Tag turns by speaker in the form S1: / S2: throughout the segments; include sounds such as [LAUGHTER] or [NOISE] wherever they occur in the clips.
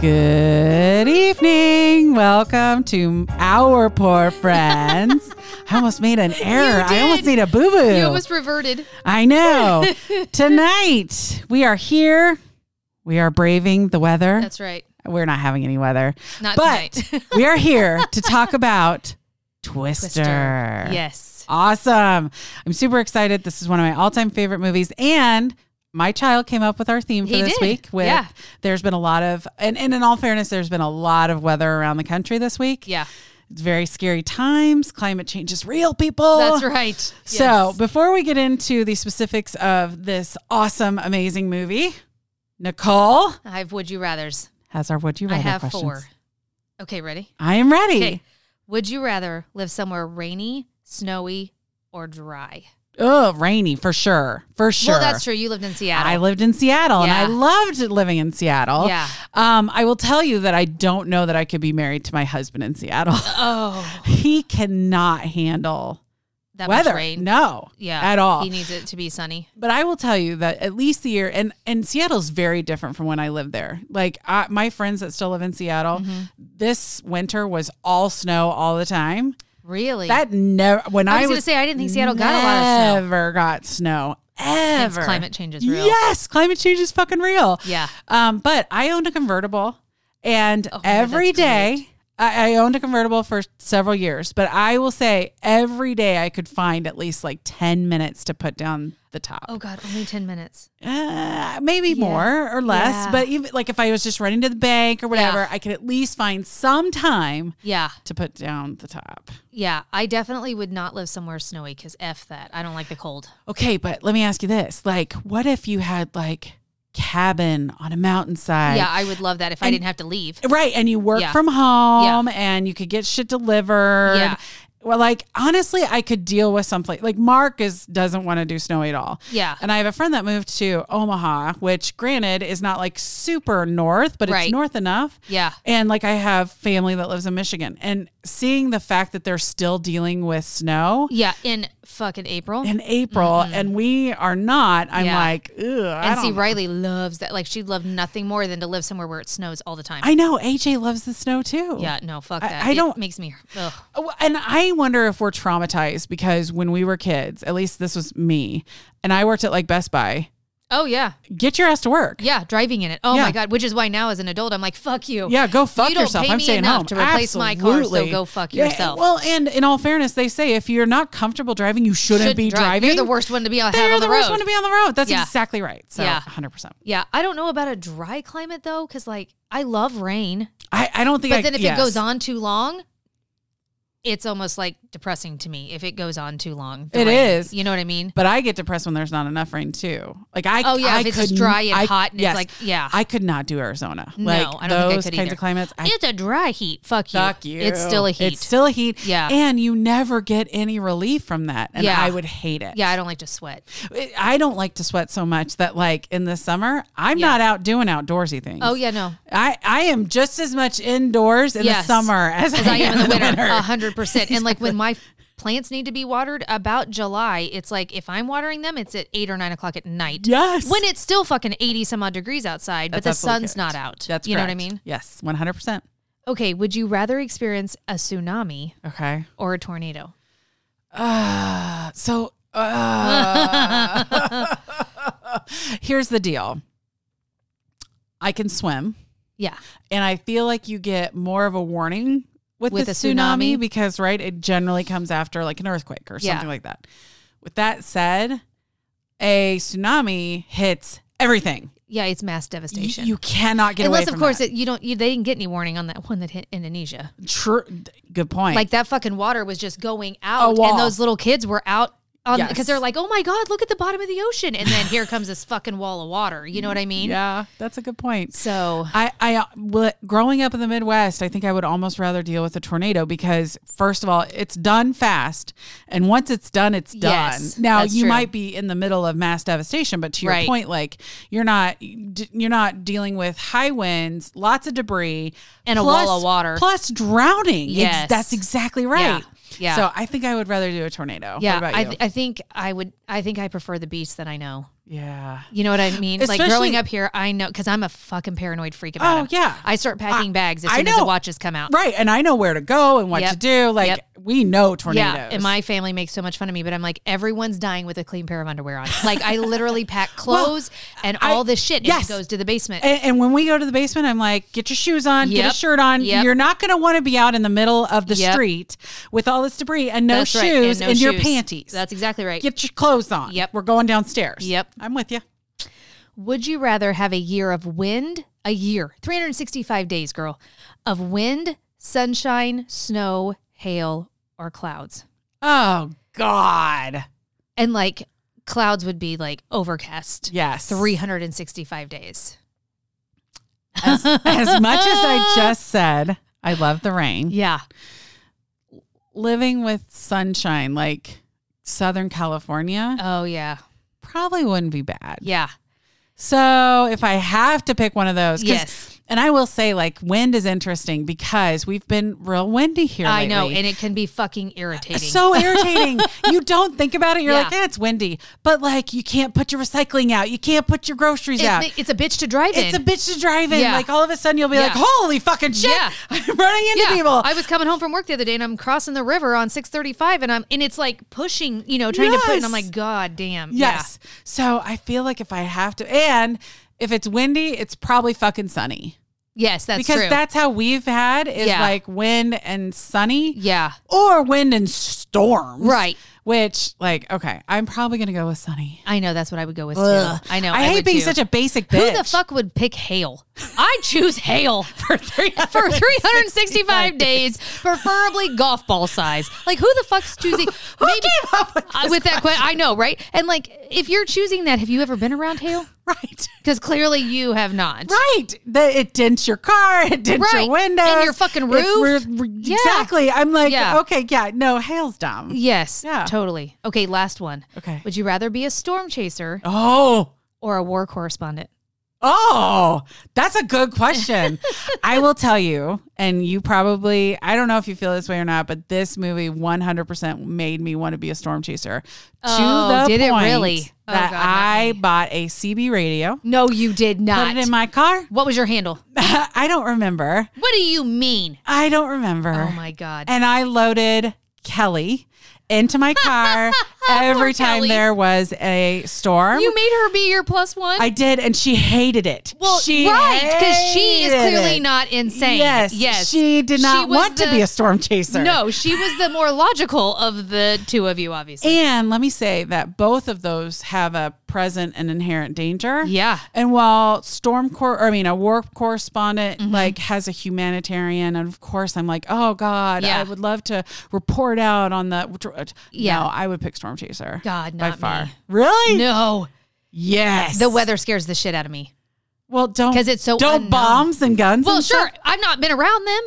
S1: Good evening. Welcome to our poor friends. I almost made
S2: [LAUGHS]
S1: an error. I almost
S2: did.
S1: made a boo boo.
S2: You almost reverted.
S1: I
S2: [LAUGHS]
S1: know. Tonight we are here. We are braving the weather.
S2: That's right.
S1: We're not having any weather,
S2: Not
S1: [LAUGHS] but
S2: tonight.
S1: we are
S2: [LAUGHS]
S1: here to talk about Twister.
S2: Yes.
S1: Awesome. I'm super excited. This is one of my all time favorite movies. And my child came up with our theme for
S2: He
S1: this
S2: did.
S1: week. With
S2: Yeah.
S1: there's been a lot of and, and in all fairness, there's been a lot of weather around the country this week.
S2: Yeah.
S1: It's very scary times. Climate change is real, people.
S2: That's right.
S1: Oh. So
S2: Yes.
S1: before we get into the specifics of this awesome, amazing movie, Nicole
S2: I have would you rather's.
S1: has our would you
S2: I
S1: rather
S2: have
S1: questions.
S2: four. Okay, ready?
S1: I am ready.
S2: Okay. Would you rather live somewhere rainy, snowy, or dry?
S1: Oh, rainy for sure. For sure.
S2: Well, that's true. You lived in Seattle.
S1: I lived in Seattle
S2: Yeah.
S1: and I loved living in Seattle.
S2: Yeah.
S1: Um, I will tell you that I don't know that I could be married to my husband in Seattle. [LAUGHS]
S2: oh,
S1: he cannot handle
S2: that
S1: weather.
S2: much rain.
S1: No.
S2: Yeah.
S1: At all.
S2: He needs it to be sunny.
S1: But I will tell you that at least the year and and Seattle's very different from when I lived there. Like I, my friends that still live in Seattle,
S2: Mm-hmm.
S1: this winter was all snow all the time.
S2: Really?
S1: That never when
S2: I
S1: I
S2: was
S1: was
S2: gonna say, I didn't think Seattle got a lot of snow.
S1: Never got snow. Ever.
S2: Since climate change is real.
S1: Yes, climate change is fucking real.
S2: Yeah.
S1: Um, but I owned a convertible, and
S2: Oh my God,
S1: every
S2: that's
S1: day I, I owned a convertible for several years. But I will say every day I could find at least like ten minutes to put down the top,
S2: Oh God, only ten minutes.
S1: uh, maybe
S2: Yeah.
S1: more or less.
S2: Yeah.
S1: But even like if I was just running to the bank or whatever, I could at least find some time
S2: Yeah,
S1: to put down the top.
S2: yeah. I definitely would not live somewhere snowy because f that. I don't like the cold.
S1: Okay, but let me ask you this: like, what if you had like cabin on a mountainside?
S2: Yeah, I would love that if I didn't have to leave.
S1: Right. And you work
S2: Yeah.
S1: from home and you could get shit delivered.
S2: Yeah.
S1: Well, like honestly, I could deal with someplace like Mark is doesn't want to do snowy at all.
S2: Yeah.
S1: And I have a friend that moved to Omaha, which granted is not like super north, but it's
S2: Right.
S1: north enough.
S2: Yeah.
S1: And like I have family that lives in Michigan. And seeing the fact that they're still dealing with snow
S2: Yeah, in fucking April.
S1: in April and we are not, I'm
S2: Yeah.
S1: like, ugh. I
S2: and
S1: don't
S2: see,
S1: know.
S2: Riley loves that. Like, she'd love nothing more than to live somewhere where it snows all the time.
S1: I know AJ loves the snow too.
S2: yeah, no, fuck
S1: I-
S2: that.
S1: I don't-
S2: It makes me. Ugh.
S1: Oh, And I wonder if we're traumatized because when we were kids, at least this was me, and I worked at like Best Buy.
S2: Oh yeah,
S1: Get your ass to work.
S2: yeah, driving in it. Oh
S1: Yeah.
S2: my god, which is why now as an adult I'm like, fuck you.
S1: Yeah, go fuck
S2: You don't
S1: yourself.
S2: pay
S1: I'm
S2: me
S1: staying
S2: enough
S1: home.
S2: to replace my car, so
S1: Absolutely.
S2: go fuck
S1: Yeah,
S2: yourself.
S1: well, and in all fairness, they say if you're not comfortable driving, you shouldn't
S2: Should
S1: be
S2: drive.
S1: driving.
S2: You're the worst one to be out
S1: They're
S2: have on
S1: the
S2: the,
S1: worst
S2: road.
S1: one to be on the road. That's
S2: Yeah.
S1: exactly right. So,
S2: Yeah.
S1: 100%.
S2: yeah, I don't know about a dry climate though, because like I love rain,
S1: I, I don't think.
S2: but
S1: I,
S2: then if
S1: yes.
S2: it goes on too long, it's almost like depressing to me. If it goes on too long,
S1: It
S2: It is.
S1: is.
S2: You know what I mean?
S1: But I get depressed when there's not enough rain too. Like I,
S2: Oh, yeah,
S1: I
S2: if it's
S1: could
S2: just dry and
S1: I-
S2: hot and it's
S1: yes.
S2: like- yeah.
S1: I could not do Arizona.
S2: No,
S1: like
S2: I don't think I
S1: those
S2: could
S1: kinds
S2: either.
S1: of climates. I
S2: it's a dry heat. Fuck you.
S1: Fuck you.
S2: It's still a heat.
S1: It's still a heat.
S2: Yeah.
S1: And you never get any relief from that. And
S2: Yeah.
S1: I would hate it.
S2: yeah, I don't like
S1: [LAUGHS]
S2: to sweat.
S1: I don't like to sweat so much that like in the summer, I'm
S2: Yeah.
S1: not out doing outdoorsy things.
S2: Oh
S1: [LAUGHS]
S2: yeah, no.
S1: I, I am just as much indoors in
S2: Yes.
S1: the summer as,
S2: As I am in the winter, a hundred percent.
S1: [LAUGHS]
S2: And like when my plants need to be watered about July, it's like if I'm watering them, it's at eight or nine o'clock at night.
S1: Yes.
S2: When it's still fucking eighty some odd degrees outside, but
S1: That's
S2: the
S1: absolutely
S2: sun's
S1: correct.
S2: not out.
S1: That's
S2: you know what I
S1: correct.
S2: mean.
S1: Yes, 100%.
S2: Okay, would you rather experience a tsunami
S1: Okay.
S2: or a tornado?
S1: Uh, so uh,
S2: [LAUGHS]
S1: [LAUGHS] here's the deal I can swim.
S2: Yeah,
S1: and I feel like you get more of a warning with,
S2: With
S1: the
S2: a
S1: tsunami,
S2: tsunami?
S1: because right, it generally comes after like an earthquake or
S2: Yeah.
S1: something like that. With that said, a tsunami hits everything.
S2: yeah, it's mass
S1: Y-
S2: devastation.
S1: You cannot get away
S2: Unless,
S1: from
S2: of course,
S1: that.
S2: it, you don't. You, they didn't get any warning on that one that hit Indonesia.
S1: True. Good point.
S2: Like that fucking water was just going out,
S1: wall.
S2: and those little kids were out on because
S1: Yes.
S2: they're like, "Oh my god, look at the bottom of the ocean!" And then here comes this fucking wall of water. You know what I mean?
S1: yeah, that's a good point.
S2: So
S1: I, I, uh, well, growing up in the Midwest, I think I would almost rather deal with a tornado because, first of all, it's done fast, and once it's done, it's done.
S2: Yes,
S1: now
S2: that's
S1: you
S2: true.
S1: might be in the middle of mass devastation, but to your
S2: Right.
S1: point, like you're not, you're not dealing with high winds, lots of debris,
S2: And a wall of water.
S1: plus drowning. It's-
S2: Yes.
S1: that's exactly right.
S2: Yeah. Yeah.
S1: So I think I would rather do a tornado.
S2: yeah,
S1: What about
S2: I,
S1: you?
S2: th- I think I would. I think I prefer the beach that I know.
S1: yeah.
S2: You know what I mean? like
S1: Especially-
S2: growing up here, I know because I'm a fucking paranoid freak about
S1: Oh,
S2: 'em.
S1: yeah.
S2: I start packing bags as
S1: I
S2: soon as the
S1: know.
S2: watches come out.
S1: Right. And I know where to go and what
S2: Yep.
S1: to do. Like
S2: Yep.
S1: we know tornadoes.
S2: Yeah, and my family makes so much fun of me, but I'm like, everyone's dying with a clean pair of underwear on. Like, I literally [LAUGHS] pack clothes and all this shit, and
S1: yes.
S2: it goes to the basement.
S1: and, and when we go to the basement, I'm like, get your shoes on, get
S2: Yep.
S1: a shirt on.
S2: Yep.
S1: You're not going to want to be out in the middle of the
S2: Yep.
S1: street with all this debris and no
S2: That's
S1: shoes
S2: right,
S1: and,
S2: no
S1: your
S2: shoes.
S1: panties.
S2: That's exactly right.
S1: get your clothes on.
S2: Yep.
S1: We're going downstairs.
S2: Yep.
S1: I'm with you.
S2: Would you rather have a year of wind, a year, 365 days, girl, of wind, sunshine, snow, hail, or clouds?
S1: Oh God.
S2: And like, clouds would be like overcast
S1: Yes.
S2: 365 days.
S1: As, [LAUGHS] as much as
S2: [LAUGHS]
S1: I just said, I love the rain.
S2: Yeah.
S1: Living with sunshine, like Southern California,
S2: Oh, yeah.
S1: probably wouldn't be bad.
S2: Yeah.
S1: So if I have to pick one of those, 'cause-
S2: Yes.
S1: and I will say like wind is interesting because we've been real windy here.
S2: I know.
S1: lately.
S2: And it can be fucking irritating.
S1: so
S2: [LAUGHS]
S1: irritating. you don't think about it. You're
S2: Yeah.
S1: like, yeah, it's windy, but like you can't put your recycling out. You can't put your groceries
S2: It-
S1: out.
S2: it's a bitch to drive in.
S1: it's a bitch to drive in.
S2: Yeah.
S1: Like all of a sudden you'll be like,
S2: Yeah.
S1: holy fucking shit,
S2: Yeah.
S1: [LAUGHS] I'm running into people.
S2: I was coming home from work the other day and I'm crossing the river on 635 and I'm and it's like pushing, you know, trying to put and I'm
S1: Yes.
S2: like, God damn.
S1: yes. So I feel like if I have to, and if it's windy, it's probably fucking sunny.
S2: Yeah. Yes, that's
S1: because
S2: true.
S1: that's how we've had is
S2: Yeah.
S1: like wind and sunny
S2: yeah.
S1: or wind and storms.
S2: Right.
S1: Which, like, okay, I'm probably going to go with sunny.
S2: I know that's what I would go with
S1: Ugh.
S2: too. I know.
S1: I, hate
S2: would
S1: being
S2: too.
S1: such a basic bitch.
S2: Who the fuck would pick hail? I
S1: [LAUGHS]
S2: choose hail [LAUGHS] for three for 365 days, preferably golf ball size. Like who the fuck's choosing?
S1: [LAUGHS]
S2: Maybe
S1: came up with
S2: uh, with that question. I know, right? And like, if you're choosing that, have you ever been around hail?
S1: [LAUGHS] Right.
S2: Because clearly you have not.
S1: Right. That it dents your car, it dents
S2: Right.
S1: your windows.
S2: And your fucking
S1: It-
S2: roof.
S1: we're- we're-
S2: Yeah.
S1: Exactly. I'm like,
S2: Yeah.
S1: okay, yeah, no, hail's dumb.
S2: Yes.
S1: Yeah.
S2: Totally. Okay. Last one.
S1: Okay.
S2: Would you rather be a storm chaser
S1: Oh.
S2: or a war correspondent?
S1: Oh, that's a good question. I will tell you, and you probably, I don't know if you feel this way or not, but this movie 100% made me want to be a storm chaser.
S2: Oh, did it really? Oh,
S1: That
S2: God, not
S1: I
S2: me.
S1: bought a CB radio,
S2: No, you did not.
S1: put it in my car. [LAUGHS]
S2: what was your handle?
S1: I don't remember.
S2: What do you mean?
S1: I don't remember.
S2: Oh my god.
S1: and I loaded Kelly into my car every
S2: [LAUGHS] Poor
S1: time
S2: Kelly.
S1: there was a storm.
S2: You made her be your plus one.
S1: I did, and she hated it.
S2: well,
S1: she
S2: right, because she is
S1: hated
S2: clearly
S1: it.
S2: not insane.
S1: Yes,
S2: Yes.
S1: She did
S2: She
S1: not
S2: was
S1: want to
S2: the-
S1: be a storm chaser.
S2: No, she was the more logical of the two of you, obviously.
S1: And let me say that both of those have a present and inherent danger.
S2: yeah.
S1: And while storm cor, or I mean, a war correspondent
S2: Mm-hmm.
S1: like has a humanitarian, and of course, I'm like, oh God,
S2: Yeah.
S1: I would love to report out on the.
S2: Yeah.
S1: no, I would pick storm chaser.
S2: God,
S1: by
S2: not me.
S1: far. Really?
S2: No,
S1: Yes.
S2: the weather scares the shit out of me.
S1: Well, don't
S2: 'Cause it's so
S1: don't
S2: unknown.
S1: bombs and guns.
S2: Well,
S1: and
S2: sure,
S1: stuff?
S2: I've not been around them,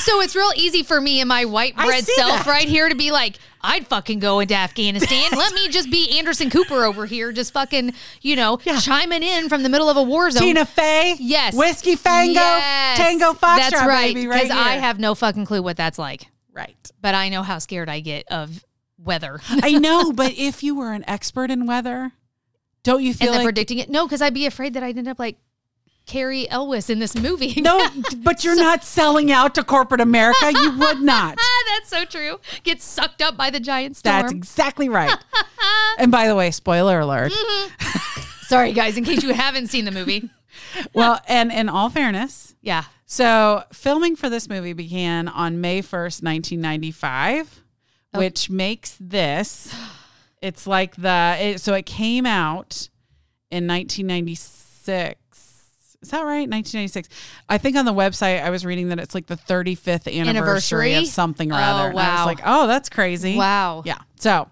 S2: so it's real easy for me and my white
S1: I
S2: bread
S1: see
S2: self
S1: that.
S2: right here to be like, I'd fucking go into
S1: [LAUGHS]
S2: Afghanistan. Let me just be Anderson Cooper over here, just fucking, you know, chiming in from the middle of a war zone.
S1: Tina Fey.
S2: Yes.
S1: Whiskey Fango.
S2: Yes.
S1: Tango Foxtrot.
S2: That's right.
S1: Baby, right
S2: Because I
S1: here.
S2: have no fucking clue what that's like,
S1: right.
S2: but I know how scared I get of weather [LAUGHS]
S1: I know, but if you were an expert in weather, don't you
S2: and
S1: feel
S2: the
S1: like
S2: predicting it. No, because I'd be afraid that I'd end up like Carrie Elwes in this movie.
S1: no? But you're not selling out to corporate America. You would
S2: [LAUGHS]
S1: not.
S2: [LAUGHS] that's so true. Get sucked up by the giant storm.
S1: That's exactly
S2: [LAUGHS]
S1: right. and by the way, spoiler alert.
S2: Sorry, guys, in case you haven't seen
S1: [LAUGHS]
S2: the movie.
S1: Well, and in all fairness,
S2: Yeah.
S1: so filming for this movie began on May 1st, 1995,
S2: Oh.
S1: which makes this it's like the it, so it came out in 1996. Is that right? 1996. I think on the website I was reading that it's like the 35th anniversary,
S2: Anniversary?
S1: of something or
S2: Oh,
S1: other. And I
S2: wow.
S1: was like, "Oh, that's crazy."
S2: Wow.
S1: Yeah. So,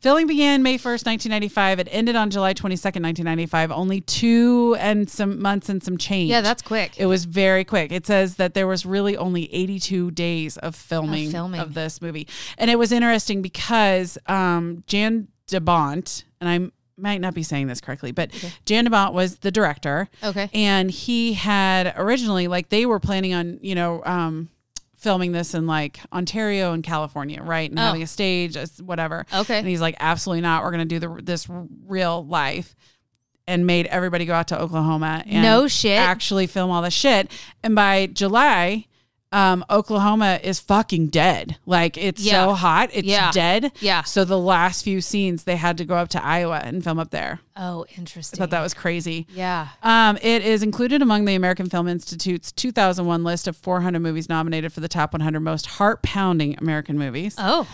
S1: filming began May 1st, 1995. It ended on July 22nd, 1995, only 2 and some months and some change.
S2: Yeah, that's quick.
S1: It was very quick. It says that there was really only 82 days of filming of,
S2: filming.
S1: this movie. And it was interesting because um, Jan DeBont, and I might not be saying this correctly, but Jan DeBont was the director.
S2: Okay.
S1: And he had originally, like, they were planning on, you know, um, filming this in like Ontario and California, right? And
S2: Oh.
S1: having a stage, as- whatever. And
S2: Okay.
S1: he's like, absolutely not. We're going to do the, this real life. And made everybody go out to Oklahoma and
S2: No shit.
S1: actually film all the shit. And by July, um, Oklahoma is fucking dead. Like it's
S2: Yeah.
S1: so hot, it's
S2: Yeah.
S1: dead.
S2: Yeah.
S1: So the last few scenes, they had to go up to Iowa and film up there.
S2: Oh,
S1: I
S2: interesting.
S1: thought that was crazy.
S2: yeah.
S1: Um, it is included among the American Film Institute's 2001 list of 400 movies nominated for the top 100 most heart pounding American movies.
S2: Oh,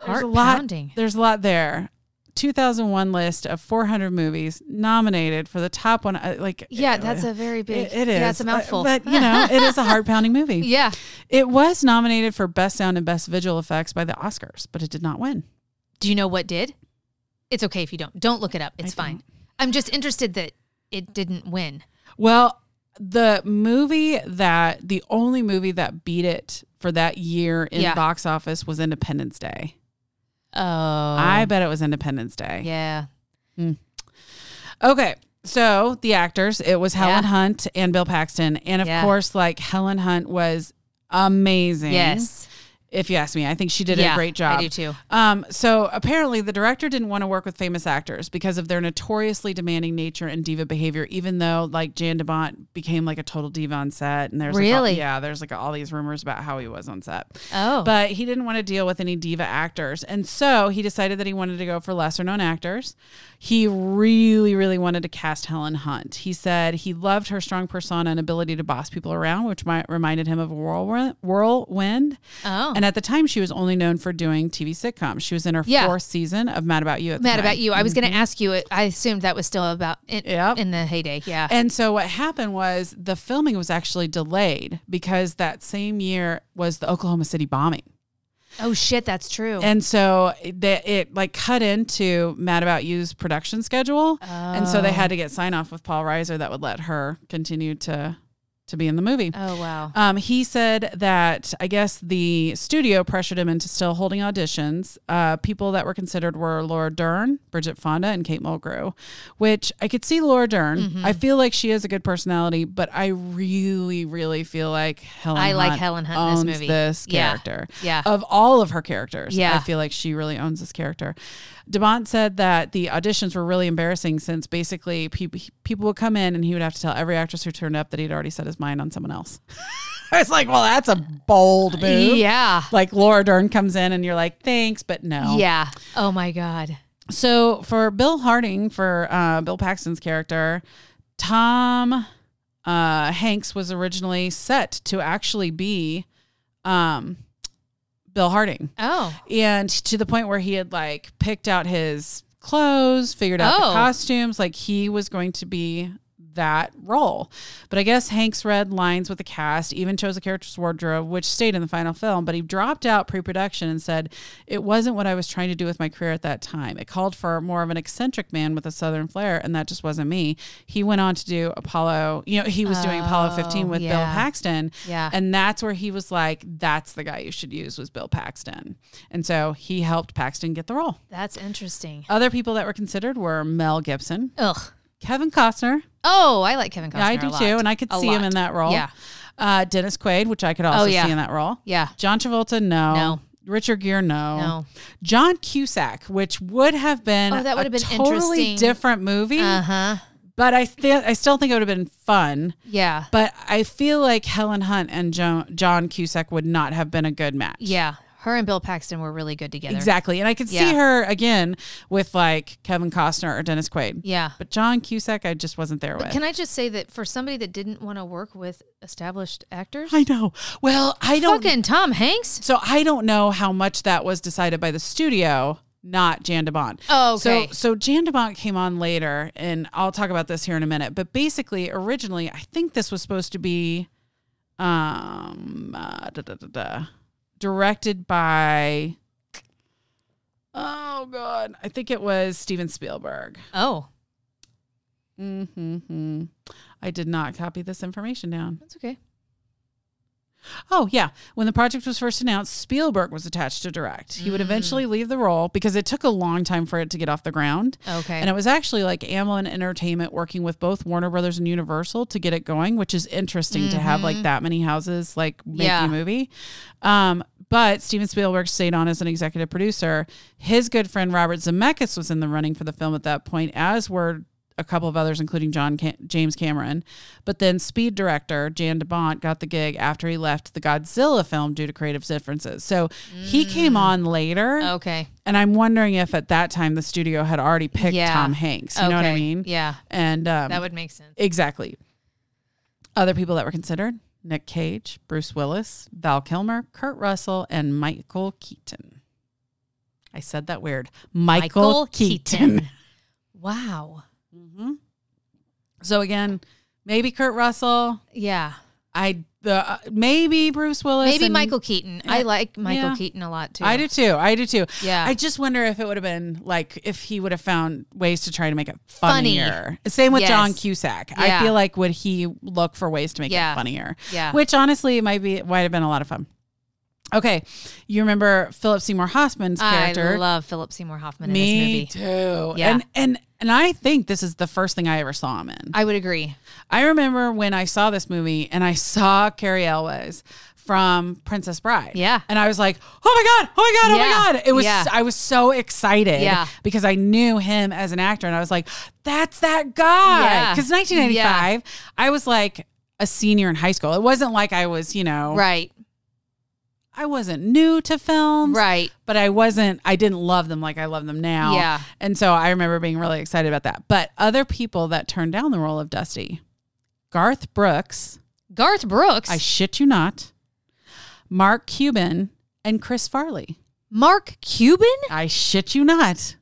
S1: There's
S2: heart
S1: a lot.
S2: pounding.
S1: There's a lot there. 2001 list of 400 movies nominated for the top one. uh, Like,
S2: Yeah, that's a very big.
S1: It, it is.
S2: Yeah, it's a
S1: Uh,
S2: mouthful.
S1: But,
S2: [LAUGHS]
S1: you know, it is a heart pounding movie.
S2: yeah.
S1: It was nominated for Best Sound and Best Visual Effects by the Oscars, but it did not win.
S2: Do you know what did? It's okay if you don't. Don't look it up. It's
S1: I
S2: fine. I'm just interested that it didn't win.
S1: Well, the movie that the only movie that beat it for that year in
S2: Yeah.
S1: box office was Independence Day.
S2: Oh.
S1: I bet it was Independence Day.
S2: Yeah.
S1: Okay. So the actors, it was Helen
S2: Yeah.
S1: Hunt and Bill Paxton. And of
S2: Yeah.
S1: course, like Helen Hunt was amazing.
S2: Yes.
S1: If you ask me, I think she did
S2: yeah,
S1: a great job.
S2: I do too.
S1: Um, so apparently, the director didn't want to work with famous actors because of their notoriously demanding nature and diva behavior. Even though, like Jan DeBont became like a total diva on set, and there's like, all-
S2: Really?
S1: yeah, there's like all these rumors about how he was on set,
S2: Oh.
S1: but he didn't want to deal with any diva actors, and so he decided that he wanted to go for lesser known actors. He really, really wanted to cast Helen Hunt. He said he loved her strong persona and ability to boss people around, which might reminded him of Whirlwind. whirlwind.
S2: oh.
S1: And at the time, she was only known for doing TV sitcoms. She was in her
S2: Yeah.
S1: fourth season of Mad About You. At the
S2: Mad
S1: time.
S2: about you. I was going to ask you. it- I assumed that was still about in,
S1: Mm-hmm. Yep.
S2: in the heyday. Yeah.
S1: And so what happened was the filming was actually delayed because that same year was the Oklahoma City bombing.
S2: oh shit, that's true.
S1: And so they, it like cut into Mad About You's production schedule. And so
S2: Oh.
S1: they had to get sign off with Paul Reiser that would let her continue to to be in the movie.
S2: oh wow.
S1: Um, he said that I guess the studio pressured him into still holding auditions. Uh, people that were considered were Laura Dern, Bridget Fonda, and Kate Mulgrew, which I could see Laura Dern.
S2: Mm-hmm.
S1: I feel like she is a good personality, but I really, really feel like Helen.
S2: I like
S1: Hunt
S2: Helen Hunt in this
S1: owns
S2: movie.
S1: This
S2: Yeah.
S1: character
S2: Yeah.
S1: of all of her characters.
S2: Yeah.
S1: I feel like she really owns this character. DeBont said that the auditions were really embarrassing since basically people people would come in and he would have to tell every actress who turned up that he'd already set his mind on someone else. I was like, well, that's a bold move.
S2: yeah.
S1: Like Laura Dern comes in and you're like, thanks, but no.
S2: Yeah. Oh my god.
S1: So for Bill Harding, for uh, Bill Paxton's character, Tom uh, Hanks was originally set to actually be um, Bill Harding
S2: Oh.
S1: and to the point where he had like picked out his clothes, figured out
S2: Oh.
S1: the costumes, like he was going to be that role. But I guess Hanks read lines with the cast, even chose a character's wardrobe, which stayed in the final film, but he dropped out pre-production and said it wasn't what I was trying to do with my career at that time. It called for more of an eccentric man with a southern flair, and that just wasn't me. He went on to do Apollo, you know, he was doing Apollo 15 with Bill
S2: Oh, yeah.
S1: Paxton.
S2: Yeah.
S1: And that's where he was like, that's the guy you should use was Bill Paxton. And so he helped Paxton get the role.
S2: That's interesting.
S1: Other people that were considered were Mel Gibson,
S2: Ugh.
S1: Kevin Costner.
S2: Oh, I like Kevin Costner.
S1: Yeah, I
S2: a
S1: do
S2: lot.
S1: too. And I could
S2: A
S1: see him
S2: lot.
S1: in that role.
S2: Yeah.
S1: Uh, Dennis Quaid, which I could also
S2: Oh, yeah.
S1: see in that role.
S2: Yeah.
S1: John Travolta, no.
S2: No.
S1: Richard Gere, no.
S2: No.
S1: John Cusack, which would have been
S2: Oh, that would
S1: a
S2: have been
S1: totally
S2: interesting.
S1: different movie,
S2: Uh huh.
S1: but I th- I still think it would have been fun.
S2: Yeah.
S1: But I feel like Helen Hunt and jo- John Cusack would not have been a good match.
S2: Yeah. Her and Bill Paxton were really good together.
S1: Exactly. And I could
S2: Yeah.
S1: see her again with like Kevin Costner or Dennis Quaid.
S2: Yeah.
S1: But John Cusack, I just wasn't there with.
S2: Can I just say that for somebody that didn't want to work with established actors,
S1: I know. Well, I don't.
S2: fucking Tom Hanks.
S1: so I don't know how much that was decided by the studio, not Jan de Bont.
S2: Oh, okay.
S1: So, so Jan de Bont came on later, and I'll talk about this here in a minute. But basically, originally, I think this was supposed to be um, uh, da, da, da, da, directed by. Oh God, I think it was Steven Spielberg.
S2: Oh,
S1: Mm-hmm. I did not copy this information down.
S2: that's okay.
S1: Oh, yeah. When the project was first announced, Spielberg was attached to direct. He would eventually leave the role because it took a long time for it to get off the ground.
S2: Okay.
S1: And it was actually like Amblin Entertainment working with both Warner Brothers and Universal to get it going, which is interesting to have like that many houses like making
S2: Mm-hmm. Yeah.
S1: a movie. Um, but Steven Spielberg stayed on as an executive producer. His good friend Robert Zemeckis was in the running for the film at that point, as were a couple of others, including John Ca- James Cameron. But then Speed director Jan DeBont got the gig after he left the Godzilla film due to creative differences. So he came
S2: Mm.
S1: on later.
S2: okay.
S1: And I'm wondering if at that time the studio had already picked
S2: Yeah.
S1: Tom Hanks. You know what I
S2: Okay.
S1: mean?
S2: Yeah.
S1: And um,
S2: That would make sense.
S1: exactly. Other people that were considered Nick Cage, Bruce Willis, Val Kilmer, Kurt Russell, and Michael Keaton. I said that weird. Michael, Keaton.
S2: Wow.
S1: Mhm. So again, maybe Kurt Russell.
S2: Yeah.
S1: I the uh, maybe Bruce Willis.
S2: Maybe
S1: and-
S2: Michael Keaton. I like Michael
S1: yeah.
S2: Keaton a lot too.
S1: I do too. I do too.
S2: Yeah.
S1: I just wonder if it would have been like if he would have found ways to try to make it
S2: Funny.
S1: funnier. Same with
S2: Yes.
S1: John Cusack.
S2: Yeah.
S1: I feel like would he look for ways to make
S2: Yeah.
S1: it funnier?
S2: Yeah.
S1: Which honestly it might be it might have been a lot of fun. Okay, you remember Philip Seymour Hoffman's character?
S2: I love Philip Seymour Hoffman in this
S1: Me
S2: movie.
S1: too.
S2: Yeah.
S1: And and and I think this is the first thing I ever saw him in.
S2: I would agree.
S1: I remember when I saw this movie and I saw Carrie Elwes from Princess Bride.
S2: Yeah.
S1: And I was like, oh my God, oh my God, oh
S2: Yeah.
S1: my God. It was,
S2: Yeah.
S1: I was so excited
S2: Yeah.
S1: because I knew him as an actor. And I was like, that's that guy.
S2: Yeah.
S1: Because 1995, I was like a senior in high school. It wasn't like I was, you know,
S2: Right.
S1: I wasn't new to films
S2: Right.
S1: but I wasn't, I didn't love them like I love them now.
S2: Yeah.
S1: And so I remember being really excited about that. But other people that turned down the role of Dusty Garth Brooks,
S2: Garth Brooks.
S1: I shit you not, Mark Cuban, and Chris Farley.
S2: Mark Cuban?
S1: I shit you not.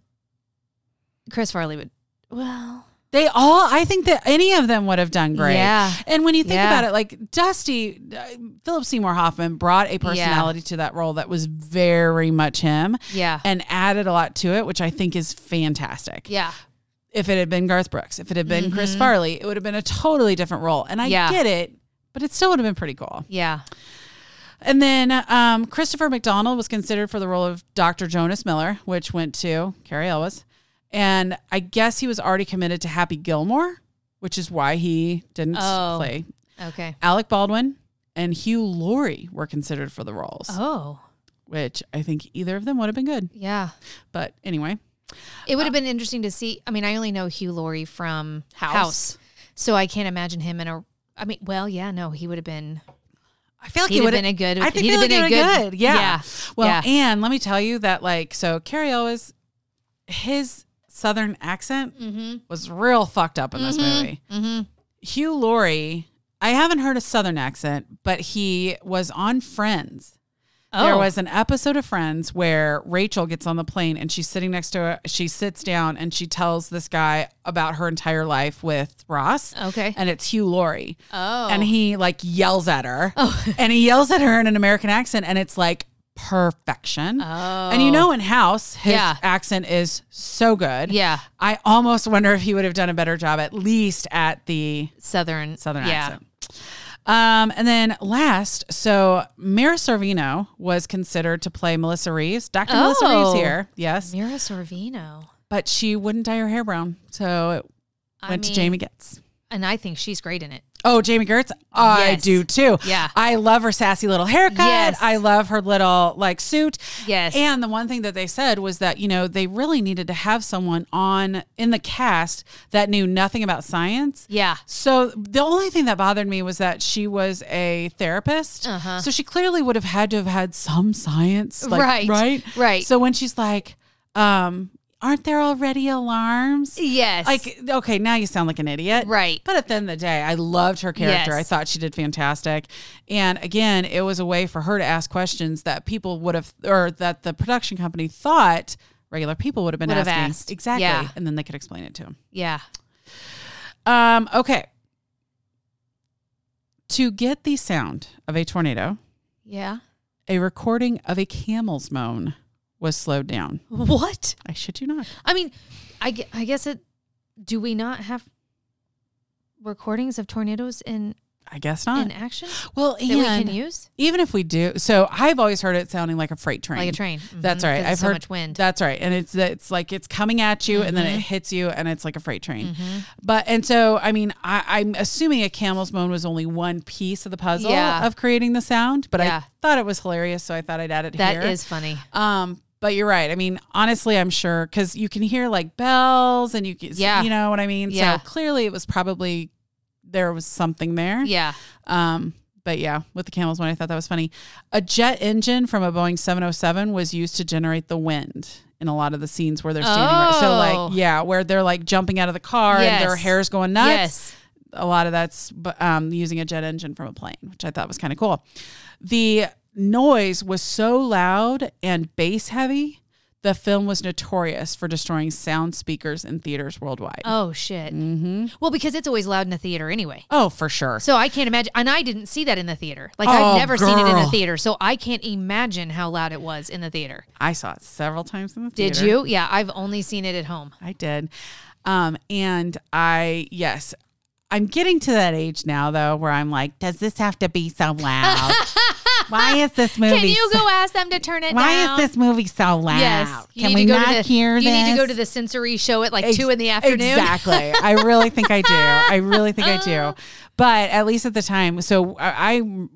S2: Chris Farley would. Well,
S1: They all, I think that any of them would have done great.
S2: Yeah.
S1: And when you think
S2: Yeah.
S1: about it, like Dusty, uh, Philip Seymour Hoffman brought a personality to that role that was very much him
S2: yeah.
S1: and added a lot to it, which I think is fantastic.
S2: Yeah. Mm-hmm.
S1: if it had been Garth Brooks, if it had been Chris Farley, it would have been a totally different role. And I
S2: Yeah.
S1: get it, but it still would have been pretty cool.
S2: Yeah.
S1: And then um, Christopher McDonald was considered for the role of Dr. Jonas Miller, which went to Carrie Elwes. And I guess he was already committed to Happy Gilmore, which is why he didn't
S2: Oh.
S1: play.
S2: Okay.
S1: Alec Baldwin and Hugh Laurie were considered for the roles,
S2: Oh,
S1: which I think either of them would have been good.
S2: yeah.
S1: But anyway,
S2: It would have been interesting to see. I mean, I only know Hugh Laurie from House.
S1: House.
S2: So I can't imagine him in a. I mean, well, yeah, no, he would have been.
S1: I feel like
S2: He'd
S1: he
S2: have
S1: would
S2: been a good-
S1: I think he'd
S2: he'd have
S1: have
S2: been a good-
S1: good. Yeah.
S2: yeah,
S1: Well,
S2: yeah.
S1: and let me tell you that like so Carrie Elwes, his southern
S2: Mm.
S1: accent
S2: Mm-hmm.
S1: was real fucked up in this movie.
S2: Mhm.
S1: Hugh Laurie, I haven't heard a southern accent, but he was on Friends.
S2: Oh,
S1: There was an episode of Friends where Rachel gets on the plane and she's sitting next to her. She sits down and she tells this guy about her entire life with Ross.
S2: Okay.
S1: And it's Hugh Laurie.
S2: Oh.
S1: And he [LAUGHS] like yells at her. And he yells at her in an American accent and it's like perfection.
S2: Oh.
S1: And you know, in House, his
S2: Yeah.
S1: accent is so good.
S2: Yeah.
S1: I almost wonder if he would have done a better job, at least at the
S2: Southern.
S1: Southern
S2: yeah.
S1: accent. Um, and then last, so Mira Sorvino was considered to play Melissa Reeves. Dr. Melissa
S2: Oh.
S1: Reeves here, yes,
S2: Mira Sorvino.
S1: but she wouldn't dye her hair brown, so it
S2: I
S1: went
S2: mean,
S1: to Jamie Getz.
S2: And I think she's great
S1: [SIGHS]
S2: in it.
S1: Oh, Jamie Gertz, I
S2: Yes.
S1: do too.
S2: Yeah.
S1: I love her sassy little haircut.
S2: Yes.
S1: I love her little like suit.
S2: Yes.
S1: And the one thing that they said was that, you know, they really needed to have someone on in the cast that knew nothing about science.
S2: Yeah.
S1: So the only thing that bothered me was that she was a therapist.
S2: Uh-huh.
S1: So she clearly would have had to have had some science. Like,
S2: Right.
S1: Right.
S2: Right.
S1: So when she's like, um, aren't there already alarms?
S2: Yes.
S1: Like, okay, now you sound like an idiot.
S2: Right.
S1: But at the end of the day, I loved her character.
S2: Yes.
S1: I thought she did fantastic. And again, it was a way for her to ask questions that people would have, or that the production company thought regular people would have been
S2: Would have
S1: asking.
S2: asked.
S1: Exactly.
S2: Yeah.
S1: And then they could explain it to them.
S2: Yeah.
S1: Um, okay. To get the sound of a tornado,
S2: Yeah.
S1: a recording of a camel's moan was slowed down.
S2: What?
S1: I shit you not.
S2: I mean, I, gue- I guess it. Do we not have recordings of tornadoes in
S1: I guess not.
S2: in action
S1: well,
S2: that we can
S1: and
S2: use?
S1: even if we do, so I've always heard it sounding like a freight train.
S2: Like a train.
S1: That's
S2: Mhm,
S1: right.
S2: 'cause
S1: I've
S2: it's so
S1: heard-
S2: much wind.
S1: That's right. And it's it's like it's coming at you and then it hits you and it's like a freight
S2: Mm.
S1: train.
S2: Mm-hmm.
S1: But and so I mean I, I'm assuming a camel's moan was only one piece of the puzzle
S2: Yeah.
S1: of creating the sound, but
S2: Yeah.
S1: I thought it was hilarious, so I thought I'd add it
S2: That
S1: here.
S2: is funny.
S1: um but you're right. I mean, honestly, I'm sure because you can hear like bells and you can,
S2: Yeah.
S1: you know what I mean?
S2: Yeah.
S1: So clearly it was probably there was something there.
S2: Yeah.
S1: Um, but yeah, with the camels one, I thought that was funny. A jet engine from a Boeing 707 was used to generate the wind in a lot of the scenes where they're standing. right- So
S2: Oh.
S1: like, yeah, where they're like jumping out of the car and their
S2: Yes.
S1: hair's going nuts.
S2: Yes.
S1: A lot of that's bu- um, using a jet engine from a plane, which I thought was kind of cool. The noise was so loud and bass heavy. The film was notorious for destroying sound speakers in theaters worldwide.
S2: Oh shit.
S1: hmm
S2: Well, because it's always loud in the theater anyway.
S1: Oh, for sure.
S2: So I can't imagine, and I didn't see that in the theater. Like
S1: Oh,
S2: I've never seen it in the
S1: girl.
S2: theater, so I can't imagine how loud it was in the theater.
S1: I saw it several times in the theater.
S2: Did you? Yeah, I've only seen it at home.
S1: I did. Um, and I, yes, I'm getting to that age now, though, where I'm like, does this have to be so
S2: [LAUGHS]
S1: loud? Why is this movie?
S2: Can you
S1: so,
S2: go ask them to turn it
S1: why
S2: down?
S1: is this movie so loud?
S2: Yes. You
S1: Can
S2: need
S1: we
S2: to go
S1: not
S2: to the,
S1: hear
S2: You
S1: this?
S2: need to go to the sensory show at like
S1: Ex-
S2: two in the afternoon.
S1: Exactly. I really think I do. I really think I
S2: [LAUGHS]
S1: do. But at least at the time, so I, I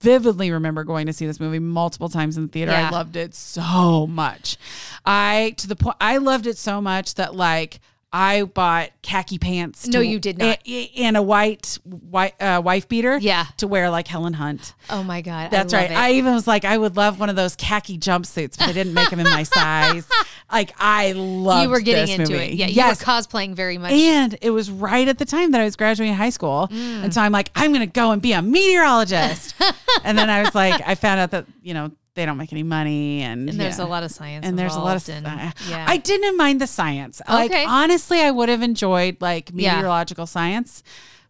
S1: vividly remember going to see this movie multiple times in the theater.
S2: Yeah.
S1: I loved it so much. I to the point I loved it so much that like I bought khaki pants.
S2: No, you did not.
S1: And, and a white white uh, wife beater.
S2: Yeah.
S1: To wear like Helen Hunt.
S2: Oh my god.
S1: That's
S2: I
S1: right.
S2: love It.
S1: I even was like, I would love one of those khaki jumpsuits, but they didn't make them in my
S2: [LAUGHS]
S1: size. Like I loved.
S2: you were getting
S1: this
S2: into
S1: movie.
S2: it. Yeah, you
S1: yes,
S2: were cosplaying very much.
S1: and it was right at the time that I was graduating high school.
S2: Mm.
S1: And so I'm like, I'm going to go and be a
S2: [LAUGHS]
S1: meteorologist. and then I was like, I found out that, you know, they don't make any money. And,
S2: and there's
S1: yeah.
S2: a lot of science.
S1: And there's a lot of
S2: involved
S1: sci-
S2: and, yeah.
S1: I didn't mind the science. Like
S2: Okay.
S1: honestly, I would have enjoyed like
S2: Yeah.
S1: meteorological science,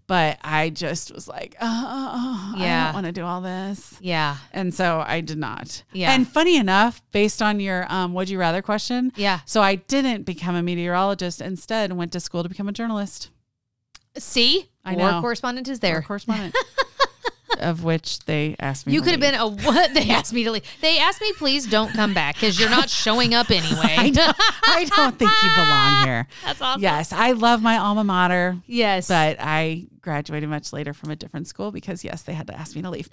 S1: but I just was like, oh, oh, oh, I
S2: Yeah.
S1: don't want to do all this.
S2: yeah.
S1: And so I did not.
S2: Yeah.
S1: And funny enough, based on your um, would you rather question,
S2: Yeah.
S1: so I didn't become a meteorologist. Instead, went to school to become a journalist
S2: See,
S1: I
S2: war
S1: know.
S2: correspondent is
S1: or
S2: there. [LAUGHS]
S1: correspondent, of which they asked me.
S2: You
S1: to
S2: could have
S1: leave.
S2: been a what? They asked me to leave. They asked me, please don't come back because
S1: [LAUGHS]
S2: you're not showing up anyway.
S1: [LAUGHS] I don't think you belong here.
S2: [LAUGHS] That's awesome.
S1: Yes, I love my alma mater,
S2: Yes.
S1: but I graduated much later from a different school because yes, they had to ask me to
S2: [LAUGHS]
S1: leave.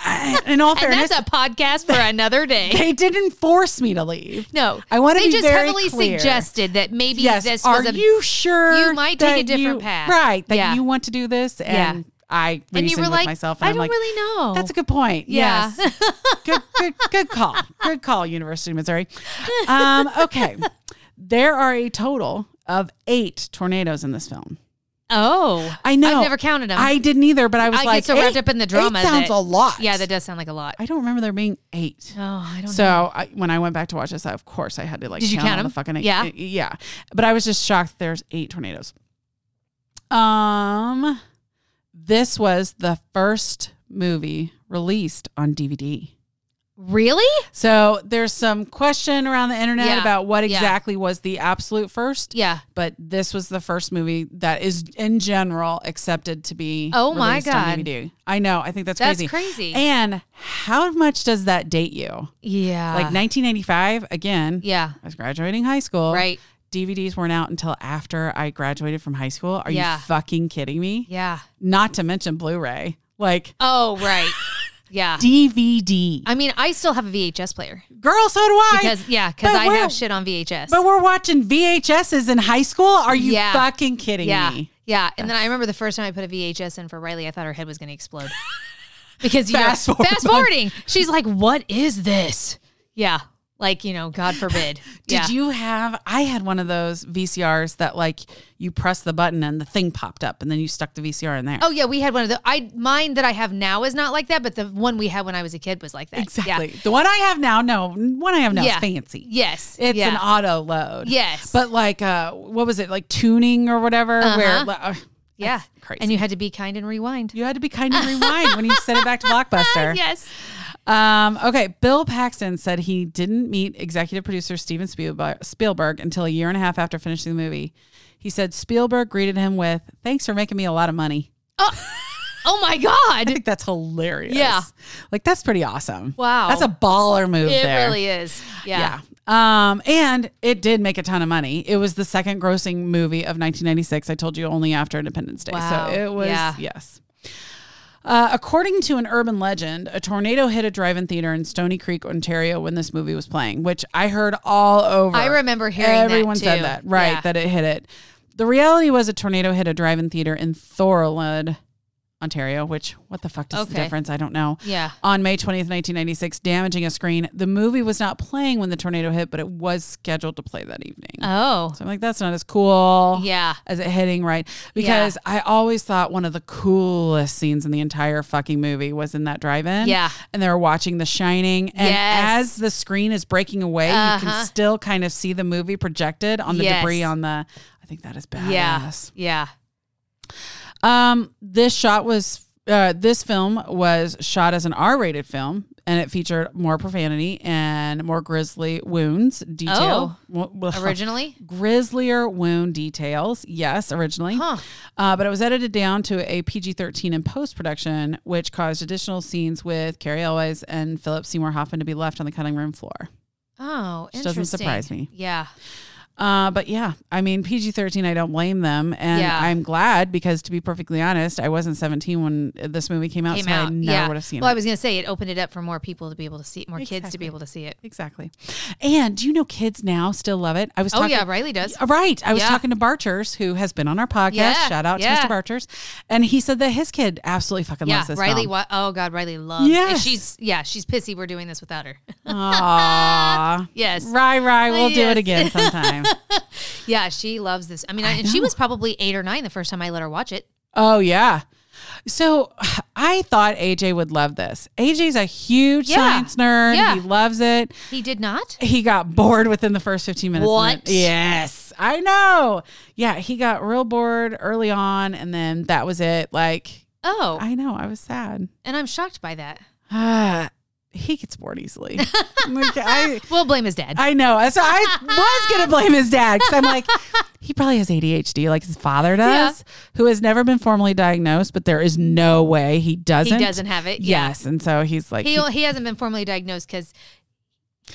S1: I- In all
S2: and
S1: fairness,
S2: that's a
S1: [LAUGHS]
S2: podcast for another day.
S1: they didn't force me to leave.
S2: No,
S1: I want to
S2: They
S1: be
S2: just
S1: very
S2: heavily
S1: clear.
S2: suggested that maybe
S1: yes,
S2: this
S1: are
S2: was a
S1: you sure
S2: You might take a
S1: that
S2: different
S1: you-
S2: path.
S1: right? That
S2: Yeah.
S1: you want to do this,
S2: Yeah.
S1: and I
S2: and
S1: reasoned
S2: you were
S1: with
S2: like,
S1: myself, and
S2: I
S1: am
S2: don't
S1: like,
S2: really know.
S1: That's a good point.
S2: Yeah.
S1: Yes.
S2: [LAUGHS]
S1: good, good, good call. Good call, University of Missouri. Um, okay. There are a total of eight tornadoes in this film.
S2: oh,
S1: I know.
S2: I've never counted them.
S1: I didn't either, but I was
S2: I
S1: like,
S2: get so wrapped
S1: eight-
S2: up in the drama.
S1: Eight sounds
S2: that-
S1: a lot.
S2: Yeah, that does sound like a lot.
S1: I don't remember there being eight.
S2: oh, I don't.
S1: So
S2: know.
S1: I, when I went back to watch this, I, of course I had to like
S2: Did you count
S1: all
S2: them?
S1: The fucking eight,
S2: Yeah.
S1: eh, yeah. But I was just shocked. that There's eight tornadoes. Um, this was the first movie released on DVD.
S2: Really?
S1: So there's some question around the internet
S2: Yeah.
S1: about what
S2: Yeah.
S1: exactly was the absolute first,
S2: Yeah.
S1: but this was the first movie that is in general accepted to be.
S2: Oh my
S1: released on
S2: God.
S1: DVD. I know. I think that's,
S2: That's
S1: crazy.
S2: crazy.
S1: And how much does that date you?
S2: yeah.
S1: like 1995 again.
S2: Ah. yeah.
S1: I was graduating high school.
S2: Right.
S1: DVDs weren't out until after I graduated from high school. Are
S2: Yeah.
S1: you fucking kidding me?
S2: Yeah.
S1: Not to mention Blu-ray. Like [LAUGHS]
S2: Oh, right. Yeah.
S1: DVD.
S2: I mean, I still have a VHS player
S1: Girl, so do I.
S2: because yeah, because
S1: but
S2: I
S1: we're-
S2: have shit on VHS.
S1: But we're watching VHSs in high school. Are you
S2: Yeah.
S1: fucking kidding
S2: yeah,
S1: me?
S2: yeah. And then I remember the first time I put a VHS in for Riley, I thought her head was going
S1: [LAUGHS]
S2: to explode because you
S1: Fast
S2: know,
S1: forward.
S2: fast forwarding, she's like, "What is this?" Yeah, like you know, God forbid.
S1: [LAUGHS] Did
S2: yeah.
S1: you have? I had one of those VCRs that like you press the button and the thing popped up, and then you stuck the VCR in there.
S2: Oh yeah, we had one of the. I mine that I have now is not like that, but the one we had when I was a kid was like that. Yeah.
S1: exactly. The one I have now, no, one I have now
S2: Yeah.
S1: is fancy.
S2: Yes.
S1: It's
S2: yeah.
S1: an auto load.
S2: Yes.
S1: But like, uh, what was it? Like tuning or whatever.
S2: Uh-huh.
S1: Where uh,
S2: yeah.
S1: crazy.
S2: And you had to be kind and rewind.
S1: you had to be kind of rewind when you sent it back to Blockbuster.
S2: [LAUGHS] Yes.
S1: Um, okay, Bill Paxton said he didn't meet executive producer Steven Spielberg, Spielberg until a year and a half after finishing the movie. He said Spielberg greeted him with, "Thanks for making me a lot of money."
S2: Oh my God.
S1: [LAUGHS] I think that's hilarious.
S2: Yeah.
S1: Like that's pretty awesome.
S2: Wow.
S1: That's a baller move
S2: it
S1: there.
S2: really is. Yeah.
S1: yeah. Um, and it did make a ton of money. It was the second grossing movie of 1996. I told you only after Independence Day.
S2: Wow.
S1: So it was,
S2: Yeah.
S1: yes. Uh, according to an urban legend, a tornado hit a drive-in theater in Stony Creek, Ontario, when this movie was playing, which I heard all over.
S2: I remember hearing that,
S1: everyone
S2: too.
S1: said that, right?
S2: Yeah.
S1: That it hit it. The reality was a tornado hit a drive-in theater in Thorold, Ontario. Which what the fuck does the
S2: Okay.
S1: difference? I don't know.
S2: Yeah.
S1: On May 20th, 1996, damaging a screen. The movie was not playing when the tornado hit, but it was scheduled to play that evening.
S2: Oh.
S1: so I'm like, that's not as cool
S2: Yeah.
S1: as it hitting right. Because I always thought one of the coolest scenes in the entire fucking movie was in that drive in.
S2: Yeah.
S1: And they were watching The Shining. And
S2: Yes.
S1: as the screen is breaking away, you
S2: Uh-huh.
S1: can still kind of see the movie projected on the
S2: Yes.
S1: debris on the. I think that is badass.
S2: Yeah.
S1: [LAUGHS]
S2: Yeah.
S1: Um, this shot was uh, this film was shot as an R-rated film, and it featured more profanity and more grisly wounds detail. Wo- wo-
S2: Originally?
S1: [LAUGHS] Grislier wound details, yes, originally,
S2: Huh.
S1: uh, but it was edited down to a PG-13 in post-production, which caused additional scenes with Carrie Elwes and Philip Seymour Hoffman to be left on the cutting room floor.
S2: Oh, interesting.
S1: Just doesn't surprise me.
S2: Yeah.
S1: Uh, but yeah, I mean PG thirteen. I don't blame them, and
S2: Yeah.
S1: I'm glad because to be perfectly honest, I wasn't 17 when this movie came out,
S2: Came
S1: so
S2: out.
S1: I never
S2: yeah.
S1: would have seen
S2: well, I
S1: it.
S2: was going to say it opened it up for more people to be able to see it, more kids to
S1: Exactly.
S2: be able to see it.
S1: exactly. And do you know kids now still love it? I was
S2: Oh,
S1: talking. Uh,
S2: yeah. Riley does.
S1: Right. I was
S2: Yeah.
S1: talking to Barchers, who has been on our podcast.
S2: Yeah,
S1: Shout out
S2: yeah.
S1: to Mr. Barchers. And he said that his kid absolutely fucking
S2: Yeah.
S1: loves this
S2: Riley,
S1: film.
S2: wa- oh, God. Riley loves it.
S1: Yes.
S2: She's, yeah, she's pissy. We're doing this without her. [LAUGHS]
S1: Aww.
S2: yes.
S1: Rye, rye. We'll do
S2: Yes.
S1: it again
S2: [LAUGHS]
S1: sometime.
S2: Yeah. She loves this. I mean, I, and she was probably eight or nine the first time I let her watch it.
S1: Oh yeah. So I thought AJ would love this. AJ's a huge
S2: Yeah.
S1: science nerd.
S2: Yeah.
S1: He loves it.
S2: He did not?
S1: He got bored within the first 15 minutes.
S2: What?
S1: Yes. I know. Yeah, he got real bored early on and then that was it. Like
S2: Oh.
S1: I know, I was sad. [SIGHS]
S2: and I'm shocked by that.
S1: Ah, he gets bored easily.
S2: [LAUGHS]
S1: like, I
S2: We'll blame his dad.
S1: I know. So I was
S2: [LAUGHS]
S1: going to blame his dad because I'm like, he probably has ADHD like his father does, who has never been formally diagnosed, but there is no way he
S2: he
S1: doesn't.
S2: doesn't have it. Yeah.
S1: Yes. And so he's like,
S2: He, he hasn't been formally diagnosed because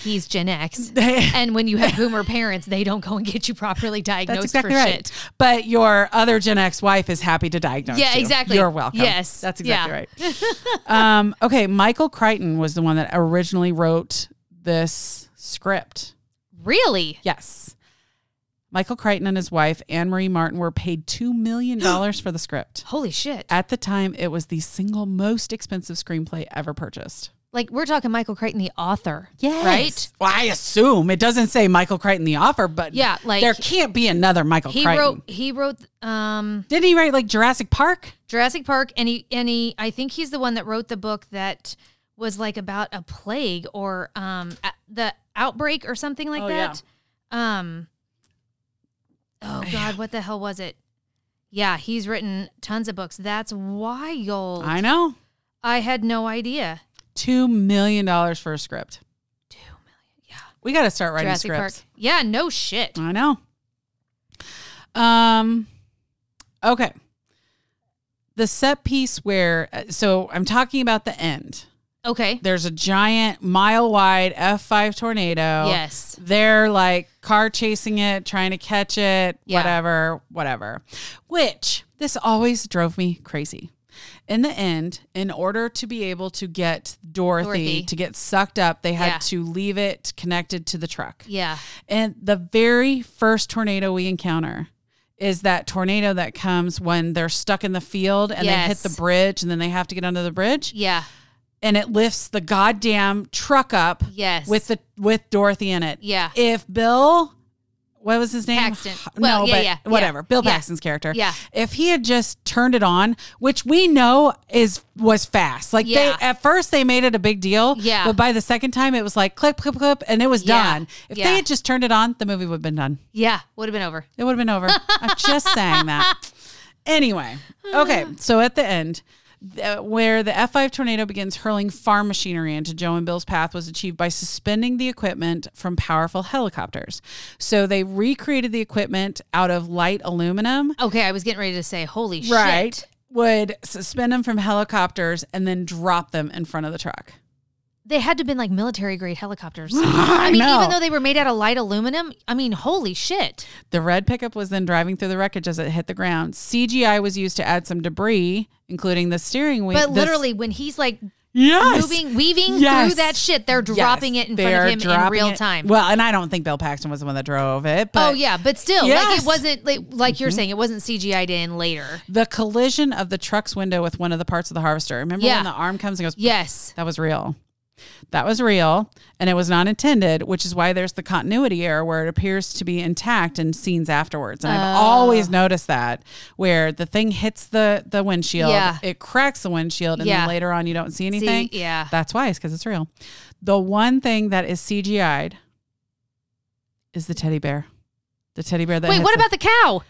S2: he's Gen X.
S1: [LAUGHS] that's
S2: And when you have boomer parents, they don't go and get
S1: [LAUGHS]
S2: you properly diagnosed
S1: exactly
S2: for
S1: right.
S2: shit.
S1: But your other Gen X wife is happy to diagnose
S2: Yeah,
S1: you.
S2: exactly.
S1: You're welcome.
S2: Yes.
S1: That's exactly right. um, okay. Michael Crichton was the one that originally wrote this script.
S2: Really?
S1: Yes. Michael Crichton and his wife, Anne Marie Martin, were paid $2 million
S2: [GASPS]
S1: for the script.
S2: Holy shit.
S1: At the time, it was the single most expensive screenplay ever purchased.
S2: Like we're talking Michael Crichton, the author. Right?
S1: Well, I assume it doesn't say Michael Crichton the author, but
S2: Yeah, like-
S1: there can't be another Michael
S2: He
S1: Crichton.
S2: wrote he wrote um
S1: Didn't he write like Jurassic Park?
S2: Jurassic Park and he and he I think he's the one that wrote the book that was like about a plague or um a- the outbreak or something like
S1: Oh, yeah.
S2: that. Um Oh god, what the hell was it? Yeah, he's written tons of books. That's wild.
S1: I know.
S2: I had no idea.
S1: $2 million for a script.
S2: Two million. Yeah.
S1: We got to start writing
S2: Jurassic
S1: scripts.
S2: Park. Yeah, no shit.
S1: I know. Um okay. The set piece where uh, so I'm talking about the end.
S2: Okay.
S1: There's a giant mile wide F5 tornado.
S2: Yes.
S1: They're like car chasing it, trying to catch it,
S2: Yeah.
S1: whatever, whatever. Which this always drove me crazy. In the end, in order to be able to get Dorothy,
S2: Dorothy.
S1: to get sucked up, they had
S2: Yeah.
S1: to leave it connected to the truck.
S2: Yeah.
S1: And the very first tornado we encounter is that tornado that comes when they're stuck in the field and
S2: Yes.
S1: they hit the bridge and then they have to get under the bridge
S2: Yeah.
S1: and it lifts the goddamn truck up
S2: Yes.
S1: with the with Dorothy in it.
S2: Yeah.
S1: If Bill what was his name?
S2: Paxton.
S1: H-
S2: Well,
S1: no,
S2: yeah,
S1: but
S2: yeah, yeah.
S1: whatever. Bill
S2: Yeah.
S1: Paxton's character.
S2: Yeah.
S1: If he had just turned it on, which we know is was fast. Like
S2: Yeah.
S1: they at first they made it a big deal.
S2: Yeah.
S1: But by the second time it was like clip, clip, clip, and it was
S2: Yeah.
S1: done. If
S2: Yeah.
S1: they had just turned it on, the movie would have been done.
S2: Yeah. Would have been over.
S1: It would have been over. I'm just saying that. Anyway, okay. So at the end, th- where the F5 tornado begins hurling farm machinery into Joe and Bill's path was achieved by suspending the equipment from powerful helicopters. So they recreated the equipment out of light aluminum.
S2: Okay, I was getting ready to say, holy shit.
S1: would suspend them from helicopters and then drop them in front of the truck.
S2: They had to have been like military grade helicopters.
S1: [LAUGHS] I,
S2: I mean,
S1: know.
S2: even though they were made out of light aluminum, I mean, holy shit.
S1: the red pickup was then driving through the wreckage as it hit the ground. CGI was used to add some debris, including the steering wheel.
S2: But
S1: the-
S2: literally, when he's like
S1: yes,
S2: moving, weaving
S1: Yes.
S2: through that shit, they're
S1: Yes,
S2: dropping it in front
S1: they're
S2: of him in
S1: dropping
S2: real
S1: it-
S2: time.
S1: Well, and I don't think Bill Paxton was the one that drove it. But
S2: oh yeah, but still, like
S1: Yes. Mm-hmm.
S2: it wasn't like, like you're saying, it wasn't CGI'd in later.
S1: the collision of the truck's window with one of the parts of the harvester. Remember
S2: Yeah.
S1: when the arm comes and goes?
S2: Yes,
S1: That was real. That was real, and it was not intended, which is why there's the continuity error where it appears to be intact in scenes afterwards. And
S2: Oh.
S1: I've always noticed that where the thing hits the the windshield,
S2: Yeah.
S1: it cracks the windshield, and
S2: Yeah.
S1: then later on you don't see
S2: See,
S1: anything.
S2: yeah,
S1: That's why it's because it's real. The one thing that is CGI'd is the teddy bear. The teddy bear that
S2: Wait,
S1: hits
S2: what
S1: the-
S2: about the cow?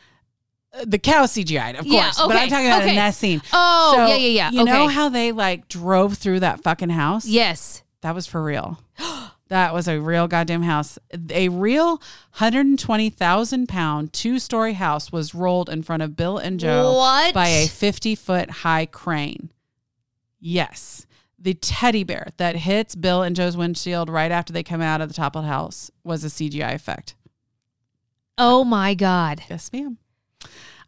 S1: the cow CGI'd, of
S2: Yeah,
S1: course. But I'm
S2: okay,
S1: talking about
S2: okay.
S1: in that scene.
S2: Oh,
S1: So,
S2: yeah, yeah, yeah.
S1: You
S2: okay.
S1: know how they like drove through that fucking house?
S2: yes.
S1: That was for
S2: [GASPS]
S1: real. that was a real goddamn house. A real 120,000 pound two story house was rolled in front of Bill and Joe
S2: What?
S1: by a 50 foot high crane. Yes. The teddy bear that hits Bill and Joe's windshield right after they come out of the top of the house was a CGI effect.
S2: oh my god.
S1: Yes, ma'am.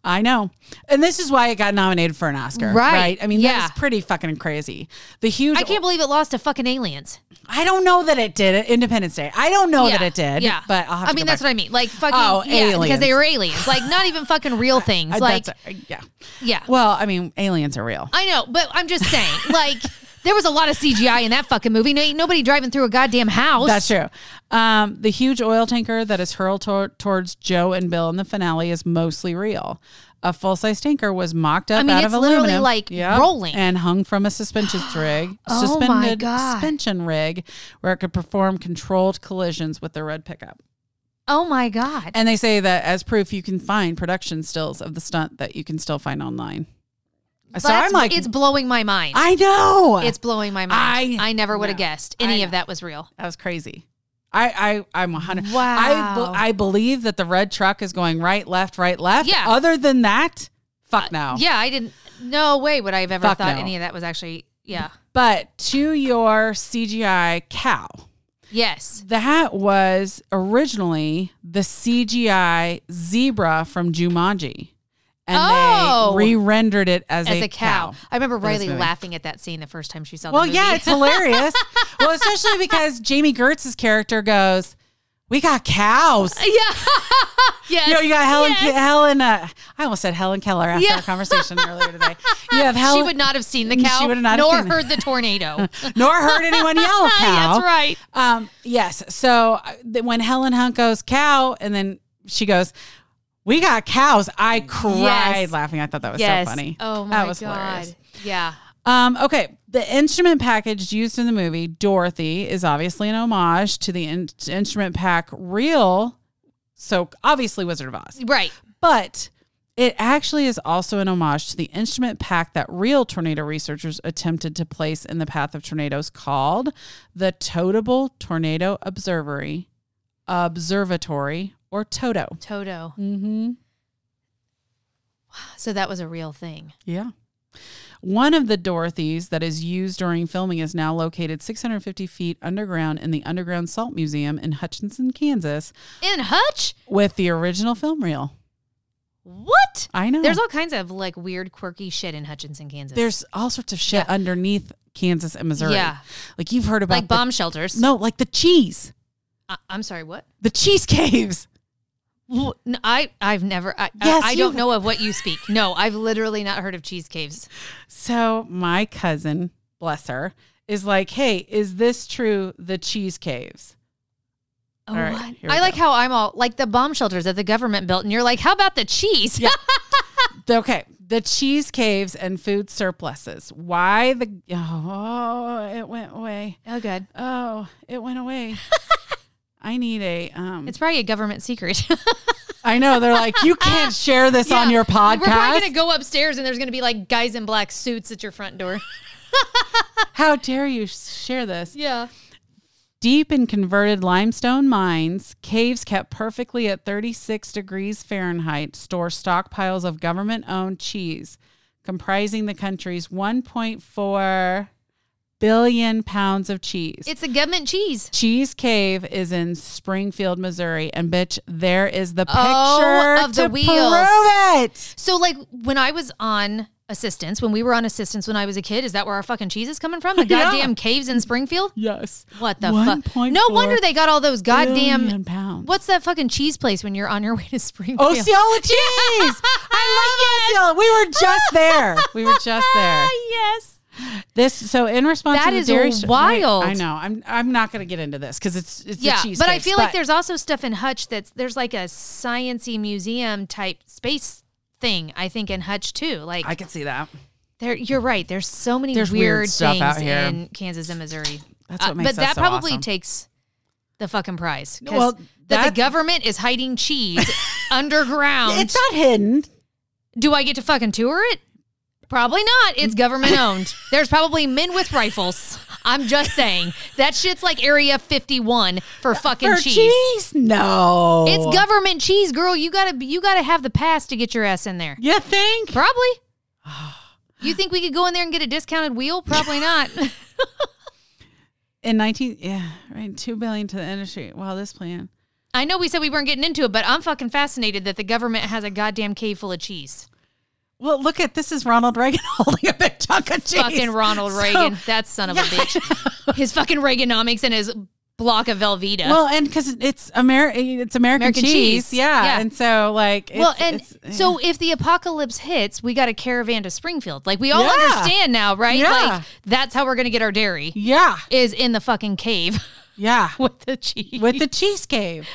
S1: I know. And this is why it got nominated for an Oscar.
S2: Right.
S1: I mean,
S2: Yeah.
S1: that is pretty fucking crazy. The huge
S2: I can't believe it lost to fucking aliens.
S1: I don't know that it did it. Independence Day. I don't know
S2: yeah,
S1: that it did.
S2: Yeah,
S1: But I'll have
S2: I
S1: to
S2: mean,
S1: go
S2: that's
S1: back.
S2: what I mean. Like fucking
S1: Oh,
S2: yeah, because they
S1: aliens.
S2: were aliens. Like not even fucking
S1: [LAUGHS]
S2: real things.
S1: I-
S2: like
S1: that's- yeah.
S2: yeah,
S1: Well, I mean, aliens are real.
S2: I know, but I'm just
S1: [LAUGHS]
S2: saying. Like there was a lot of CGI in that fucking movie. No, ain't nobody driving through a goddamn house.
S1: That's true. Um, the huge oil tanker that is hurled tor- towards Joe and Bill in the finale is mostly real. A full size tanker was mocked up
S2: I mean,
S1: out
S2: it's
S1: of
S2: literally,
S1: aluminum,
S2: like, rolling.
S1: and hung from a
S2: [GASPS]
S1: suspension rig,
S2: Oh my
S1: suspended
S2: God.
S1: suspension rig, where it could perform controlled collisions with the red pickup.
S2: Oh my god.
S1: And they say that as proof, you can find production stills of the stunt that you can still find online. So
S2: That's-
S1: I'm like,
S2: it's blowing my mind.
S1: I know.
S2: it's blowing my mind.
S1: I
S2: I, never would have
S1: know.
S2: guessed
S1: I
S2: any
S1: know.
S2: of that was real.
S1: that was crazy. I I I'm 100. I
S2: Wow.
S1: bel- I believe that the red truck is going right, left, right, left.
S2: Yeah. Uh,
S1: Other than that, fuck no.
S2: Yeah, I didn't. No way would I have ever
S1: Fuck
S2: thought
S1: no.
S2: any of that was actually. Yeah.
S1: But to your CGI cow,
S2: Yes.
S1: that was originally the CGI zebra from Jumanji, and
S2: Oh.
S1: they re-rendered it as,
S2: As a cow. I remember
S1: this
S2: Riley
S1: movie.
S2: laughing at that scene the first time she saw
S1: Well,
S2: the movie.
S1: yeah,
S2: [LAUGHS]
S1: it's hilarious. well, especially because Jamie Gertz's character goes, "We got cows."
S2: [LAUGHS] yes.
S1: You know, you got Helen.
S2: Yes.
S1: Helen. Uh, I almost said Helen Keller after
S2: Yeah.
S1: our
S2: [LAUGHS]
S1: conversation earlier today. You have Helen.
S2: she would not have seen the cow,
S1: She would not have
S2: nor
S1: seen it. [LAUGHS]
S2: heard the tornado.
S1: nor heard anyone yell cow.
S2: [LAUGHS] That's right.
S1: Um, yes. So uh, th- when Helen Hunt goes cow, and then she goes, "We got cows." I cried
S2: Yes.
S1: laughing. I thought that was
S2: yes.
S1: so funny.
S2: Oh my
S1: that was
S2: god.
S1: hilarious.
S2: Yeah.
S1: Um, okay. The instrument package used in the movie Dorothy is obviously an homage to the in- instrument pack real. So obviously Wizard of Oz,
S2: Right.
S1: but it actually is also an homage to the instrument pack that real tornado researchers attempted to place in the path of tornadoes called the Totable Tornado Observatory, Observatory or Toto.
S2: Toto.
S1: Mm-hmm.
S2: So that was a real thing.
S1: Yeah. One of the Dorothy's that is used during filming is now located 650 feet underground in the Underground Salt Museum in Hutchinson, Kansas,
S2: In Hutch.
S1: with the original film reel.
S2: What?
S1: I know.
S2: There's all kinds of like weird, quirky shit in Hutchinson, Kansas.
S1: There's all sorts of shit underneath Kansas and Missouri.
S2: Yeah.
S1: Like you've heard about
S2: like
S1: the-
S2: bomb shelters.
S1: No, like the cheese.
S2: I, I'm sorry. What?
S1: The cheese [LAUGHS] caves.
S2: Wh- n- I I've never. I,
S1: Yes,
S2: I, I don't
S1: you've-
S2: know of what you speak. No, I've literally not heard of cheese caves.
S1: So my cousin, bless her, is like, "Hey, is this true the cheese caves?"
S2: Oh,
S1: All right,
S2: what?
S1: here we
S2: I like
S1: go.
S2: how I'm all like the bomb shelters that the government built, and you're like, how about the cheese?
S1: Yeah. Okay, the cheese caves and food surpluses. Why the Oh, it went away.
S2: oh, good.
S1: Oh, it went
S2: [LAUGHS]
S1: away. I need a um
S2: It's probably a government secret. [LAUGHS]
S1: I know they're like, "You can't share this on
S2: Yeah.
S1: your podcast."
S2: We're probably gonna go upstairs, and there's gonna be like guys in black suits at your
S1: [LAUGHS]
S2: front door.
S1: How dare you share this?
S2: yeah.
S1: Deep in converted limestone mines, caves kept perfectly at 36 degrees Fahrenheit store stockpiles of government owned cheese, comprising the country's 1.4 billion pounds of cheese.
S2: It's a government cheese.
S1: cheese Cave is in Springfield, Missouri, and bitch, there is the picture
S2: Oh, of the
S1: to
S2: wheels.
S1: prove it.
S2: So like when I was on assistance, when we were on assistance when I was a kid, is that where our fucking cheese is coming from? The
S1: [LAUGHS] Yeah.
S2: goddamn caves in Springfield?
S1: Yes,
S2: What the fuck? No
S1: 1.4
S2: wonder they got all those goddamn
S1: billion pounds.
S2: What's that fucking cheese place when you're on your way to Springfield?
S1: Osceola cheese! Oh,
S2: [LAUGHS]
S1: I love Osceola. We were just there. We were just there.
S2: [LAUGHS] yes.
S1: This so in response
S2: That
S1: to the
S2: is
S1: dairy sh- right,
S2: wild.
S1: I know. I'm I'm not going to get into this because it's it's
S2: Yeah,
S1: the cheese
S2: but I
S1: cakes,
S2: feel like there's also stuff in Hutch that's there's like a sciency museum type space thing. I think in Hutch too. Like
S1: I can see that.
S2: there, you're right. There's so many
S1: There's
S2: weird,
S1: weird stuff
S2: things
S1: out here.
S2: in Kansas and Missouri.
S1: That's what
S2: Uh,
S1: makes
S2: but
S1: us
S2: that
S1: so
S2: probably
S1: awesome.
S2: takes the fucking prize because
S1: Well,
S2: that the
S1: that-
S2: government is
S1: [LAUGHS]
S2: hiding cheese underground.
S1: It's not hidden.
S2: Do I get to fucking tour it? Probably not. It's government
S1: [LAUGHS]
S2: owned. There's probably men with rifles. I'm just saying that shit's like Area 51 for
S1: [LAUGHS]
S2: fucking
S1: For
S2: cheese.
S1: No.
S2: It's government cheese, girl. You gotta be- you gotta have the pass to get your ass in there.
S1: You think?
S2: [SIGHS] Probably. You think we could go in there and get a discounted wheel? Probably [LAUGHS] not.
S1: In 19 yeah, right, 2 billion to the industry. Wow, this plan.
S2: I know we said we weren't getting into it, but I'm fucking fascinated that the government has a goddamn cave full of [LAUGHS] cheese.
S1: Well, look at this is Ronald Reagan [LAUGHS] holding a big chunk of cheese.
S2: Fucking Ronald
S1: So-
S2: Reagan, that son of a
S1: Yeah,
S2: bitch. His fucking Reaganomics and his block of Velveeta.
S1: Well, and because it's Amer- it's American,
S2: American
S1: cheese.
S2: cheese.
S1: Yeah.
S2: Yeah.
S1: and so like, it's,
S2: Well, and
S1: it's-
S2: so if the apocalypse hits, we got a caravan to Springfield. Like we all
S1: Yeah.
S2: understand now, right?
S1: Yeah.
S2: Like that's how we're gonna get our dairy
S1: yeah,
S2: is in the fucking cave [LAUGHS]
S1: yeah,
S2: with the cheese.
S1: with the cheese
S2: [LAUGHS]
S1: cave.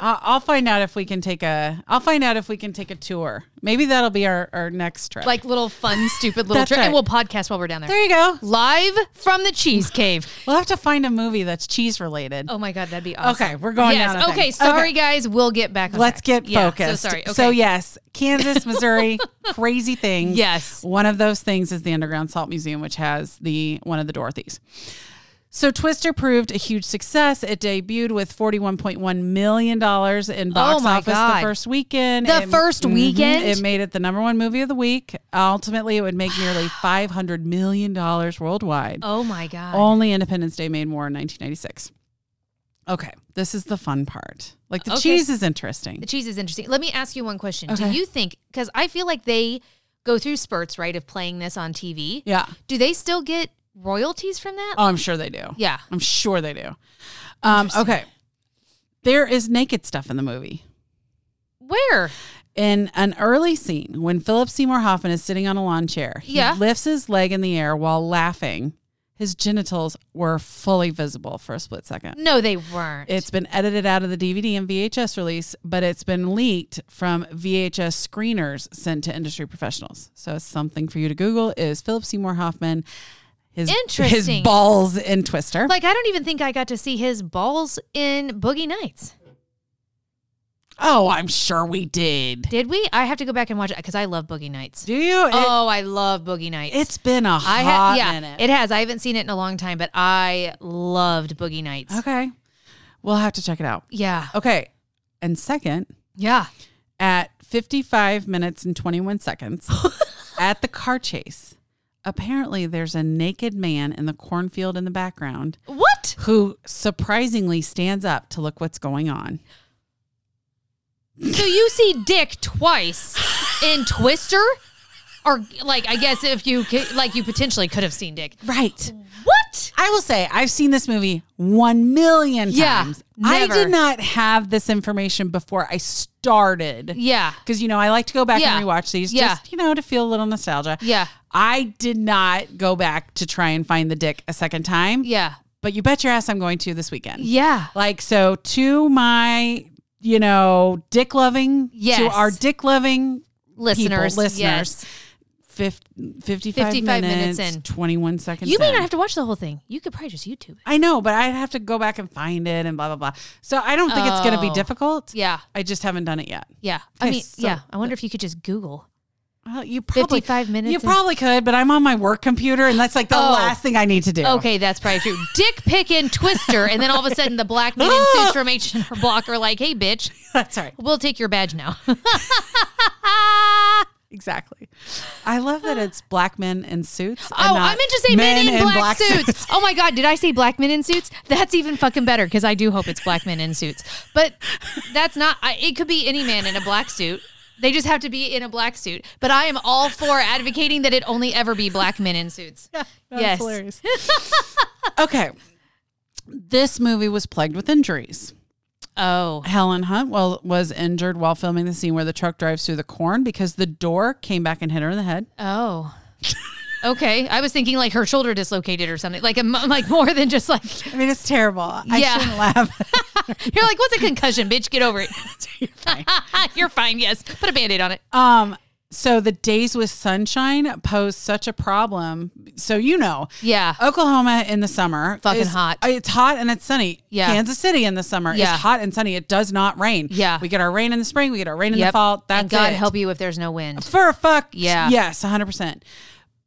S1: I- I'll find out if we can take a. I'll find out if we can take a tour. Maybe that'll be our, our next trip.
S2: like
S1: [LAUGHS]
S2: little fun, stupid little
S1: That's
S2: trip. And
S1: right.
S2: we'll podcast while we're down there.
S1: there you go.
S2: Live from the
S1: [LAUGHS]
S2: cheese cave.
S1: We'll have to find a movie that's cheese related.
S2: Oh my god, that'd be awesome.
S1: Okay, we're going
S2: Yes.
S1: down a
S2: okay,
S1: thing.
S2: sorry
S1: Okay.
S2: guys, we'll get back on
S1: Let's
S2: track.
S1: get
S2: Yeah,
S1: focused.
S2: so sorry. Okay.
S1: So yes, Kansas,
S2: [LAUGHS]
S1: Missouri, crazy things.
S2: Yes.
S1: One of those things is the Underground Salt Museum, which has the one of the Dorothys. So Twister proved a huge success. It debuted with $41.1 million in box
S2: Oh my
S1: office
S2: God.
S1: the first weekend.
S2: The
S1: It-
S2: first
S1: Mhm.
S2: weekend?
S1: It made it the number one movie of the week. Ultimately, it would make nearly $500 million worldwide.
S2: Oh my god.
S1: Only Independence Day made more in 1996. Okay, this is the fun part. Like the
S2: Okay.
S1: cheese is interesting.
S2: The cheese is interesting. Let me ask you one question.
S1: Okay.
S2: Do you think cuz I feel like they go through spurts, right, of playing this on TV?
S1: Yeah.
S2: Do they still get royalties from that?
S1: Oh, I'm sure they do.
S2: yeah.
S1: I'm sure they do. Um, okay. There is naked stuff in the movie.
S2: Where?
S1: In an early scene, when Philip Seymour Hoffman is sitting on a lawn chair, he
S2: Yeah.
S1: lifts his leg in the air while laughing. His genitals were fully visible for a split second.
S2: No, they weren't.
S1: It's been edited out of the DVD and VHS release, but it's been leaked from VHS screeners sent to industry professionals. So it's something for you to Google is Philip Seymour Hoffman, his his
S2: Interesting.
S1: balls in Twister.
S2: like I don't even think I got to see his balls in Boogie Nights.
S1: oh, I'm sure we did.
S2: Did we? I have to go back and watch it cuz I love Boogie Nights.
S1: Do you? It,
S2: oh, I love Boogie Nights.
S1: has been a
S2: I
S1: hot
S2: ha- yeah,
S1: minute.
S2: it has. I haven't seen it in a long time, but I loved Boogie Nights.
S1: okay, we'll have to check it out.
S2: Yeah.
S1: Okay, and second,
S2: Yeah.
S1: at 55 minutes and 21 seconds at the car chase. Apparently, there's a naked man in the cornfield in the background
S2: What?
S1: who surprisingly stands up to look what's going on.
S2: So you see Dick twice in Twister? Or like I guess if you could, like you potentially could have seen Dick.
S1: Right.
S2: What?
S1: I will say I've seen this movie 1 million
S2: Yeah,
S1: times. I
S2: never.
S1: did not have this information before I started.
S2: Yeah.
S1: Because, you know, I like to go back
S2: Yeah.
S1: and rewatch these
S2: Yeah.
S1: just, you know, to feel a little nostalgia.
S2: Yeah.
S1: I did not go back to try and find the dick a second time.
S2: Yeah.
S1: but you bet your ass I'm going to this weekend.
S2: Yeah.
S1: Like, so to my, you know, dick loving,
S2: Yes.
S1: to our dick loving
S2: Listeners.
S1: people, listeners,
S2: Yes.
S1: 50, 55,
S2: 55 minutes
S1: minutes,
S2: in.
S1: 21 seconds.
S2: You may
S1: in.
S2: not have to watch the whole thing. You could probably just YouTube it.
S1: I know, but I'd have to go back and find it and blah, blah, blah. So I don't think it's going to be
S2: Oh.
S1: difficult.
S2: Yeah.
S1: I just haven't done it yet.
S2: Yeah. I
S1: Okay,
S2: mean,
S1: so-
S2: yeah. I wonder if you could just Google.
S1: Well, you probably
S2: 55 minutes
S1: You
S2: in.
S1: probably could, but I'm on my work computer, and that's like the
S2: Oh.
S1: last thing I need to do. [LAUGHS]
S2: Okay, that's probably true. Dick pick and Twister, and then all of a sudden the black man in suits from H and R Block are like, "Hey, bitch,
S1: that's all right.
S2: we'll take your badge now."
S1: exactly. I love that it's black men in suits. and
S2: [LAUGHS] Oh, I
S1: not
S2: meant to say men, in, black, suits. Oh my God, did I say black men in suits? That's even fucking better because I do hope it's black men in suits. But that's not, I, it could be any man in a black suit. They just have to be in a black suit. But I am all for advocating that it only ever be black men in suits.
S1: [LAUGHS] That was
S2: Yes. [LAUGHS]
S1: hilarious. okay. This movie was plagued with injuries.
S2: Oh,
S1: Helen Hunt well, was injured while filming the scene where the truck drives through the corn because the door came back and hit her in the head.
S2: oh. Okay, I was thinking like her shoulder dislocated or something, like a, mo- like more than just like
S1: I mean, it's terrible. I
S2: Yeah.
S1: shouldn't laugh.
S2: [LAUGHS] you're like what's a concussion, bitch? Get over it.
S1: [LAUGHS]
S2: [LAUGHS]
S1: You're fine.
S2: you're fine. Yes, put a band-aid on it.
S1: Um, so the days with sunshine pose such a problem. So you know,
S2: Yeah.
S1: Oh, Oklahoma in the summer,
S2: Fucking
S1: is-
S2: hot.
S1: It's hot and it's sunny.
S2: Yeah.
S1: Kansas City in the summer
S2: Yeah.
S1: is hot and sunny. It does not rain.
S2: Yeah.
S1: we get our rain in the spring. We get our rain in the
S2: Yep.
S1: fall. That's
S2: and God
S1: it.
S2: help you if there's no wind.
S1: for a fuck.
S2: Yeah.
S1: yes, hundred percent.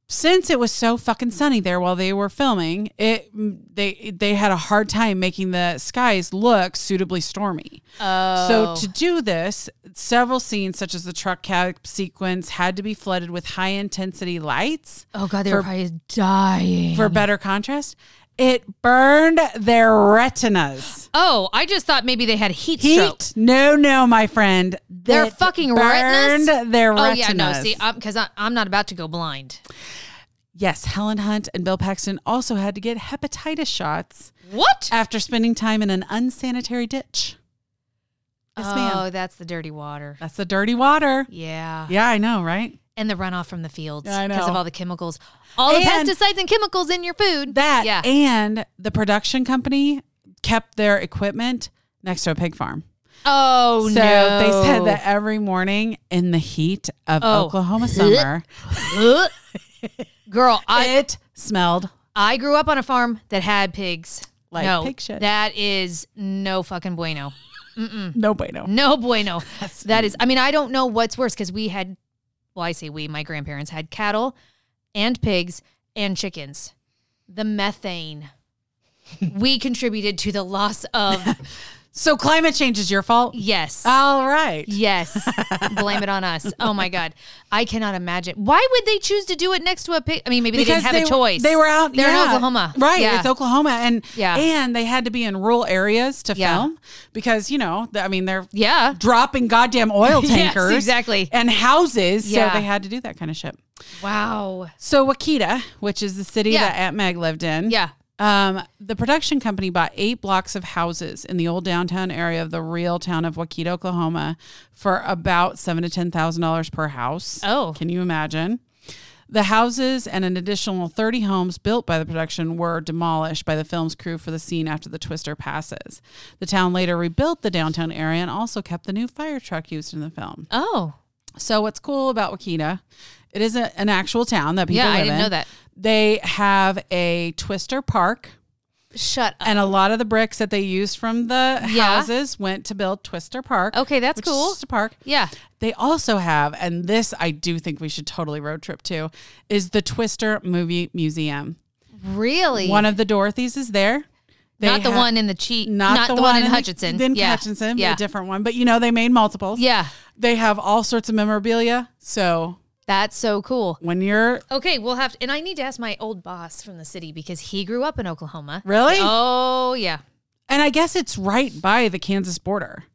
S1: Since it was so fucking sunny there while they were filming, it they they had a hard time making the skies look suitably stormy.
S2: Oh.
S1: So to do this, several scenes such as the truck cab sequence had to be flooded with high intensity lights
S2: Oh god, they were probably dying.
S1: for better contrast. It burned their retinas.
S2: oh, I just thought maybe they had heat,
S1: Heat?
S2: stroke.
S1: No, no, my friend.
S2: Their
S1: It
S2: fucking
S1: burned
S2: retinas?
S1: Their
S2: Oh
S1: retinas.
S2: yeah, no, see, because I'm, not about to go blind.
S1: yes, Helen Hunt and Bill Paxton also had to get hepatitis shots
S2: What?
S1: after spending time in an unsanitary ditch. Yes,
S2: oh,
S1: ma'am.
S2: that's the dirty water.
S1: That's the dirty water.
S2: Yeah.
S1: Yeah, I know, right?
S2: and the runoff from the fields
S1: Yeah, I
S2: because of
S1: know.
S2: all the chemicals, all the
S1: And-
S2: pesticides and chemicals in your food.
S1: That
S2: yeah.
S1: and the production company kept their equipment next to a pig farm.
S2: oh
S1: so
S2: no.
S1: they said that every morning in the heat of
S2: Oh.
S1: Oklahoma summer,
S2: that. [LAUGHS] Girl, I
S1: it smelled.
S2: I grew up on a farm that had pigs.
S1: Like
S2: no,
S1: pig shit.
S2: that is no fucking bueno.
S1: No bueno. [LAUGHS]
S2: No bueno. that is, I mean, I don't know what's worse because we had, well, I say we, my grandparents had cattle and pigs and chickens.
S1: [LAUGHS]
S2: The methane we contributed to the loss of,
S1: So climate change is your fault. [LAUGHS]
S2: yes.
S1: All right.
S2: Yes. Blame it on us. Oh my God. I cannot imagine. Why would they choose to do it next to a pig? I mean, maybe they didn't have a
S1: were-
S2: choice.
S1: They were out.
S2: They're
S1: yeah.
S2: in Oklahoma.
S1: right?
S2: Yeah.
S1: It's Oklahoma, and
S2: Yeah.
S1: and they had to be in rural areas to
S2: Yeah.
S1: film because you know, th- I mean, they're
S2: yeah.
S1: dropping goddamn oil
S2: [LAUGHS] Yes,
S1: tankers,
S2: exactly.
S1: and houses.
S2: Yeah.
S1: So they had to do that kind of shit.
S2: Wow.
S1: So Wakita, which is the city
S2: Yeah.
S1: that Aunt Meg lived in,
S2: Yeah.
S1: Um, the production company bought eight blocks of houses in the old downtown area of the real town of Wakita, Oklahoma, for about seven to ten thousand dollars per house.
S2: Oh.
S1: can you imagine? The houses and an additional thirty homes built by the production were demolished by the film's crew for the scene after the twister passes. The town later rebuilt the downtown area and also kept the new fire truck used in the film.
S2: Oh.
S1: So what's cool about Wakita? It is a, an actual town that people
S2: Yeah.
S1: live
S2: I didn't
S1: in.
S2: know that.
S1: They have a Twister Park.
S2: Shut up.
S1: And a lot of the bricks that they used from the
S2: Yeah.
S1: houses went to build Twister Park.
S2: Okay, that's
S1: which
S2: cool.
S1: Is just a park.
S2: Yeah.
S1: They also have, and this I do think we should totally road trip to, is the Twister Movie Museum.
S2: Really?
S1: One of the Dorothy's is there. They
S2: not the
S1: ha-
S2: one in the cheat.
S1: Not, the, one
S2: in
S1: the-
S2: Hutchinson.
S1: In
S2: yeah.
S1: Hutchinson,
S2: Yeah.
S1: a different one. But you know, they made multiples.
S2: yeah.
S1: They have all sorts of memorabilia. So
S2: That's so cool.
S1: when you're
S2: Okay, we'll have to, and I need to ask my old boss from the city because he grew up in Oklahoma.
S1: really,
S2: Oh yeah.
S1: and I guess it's right by the Kansas border.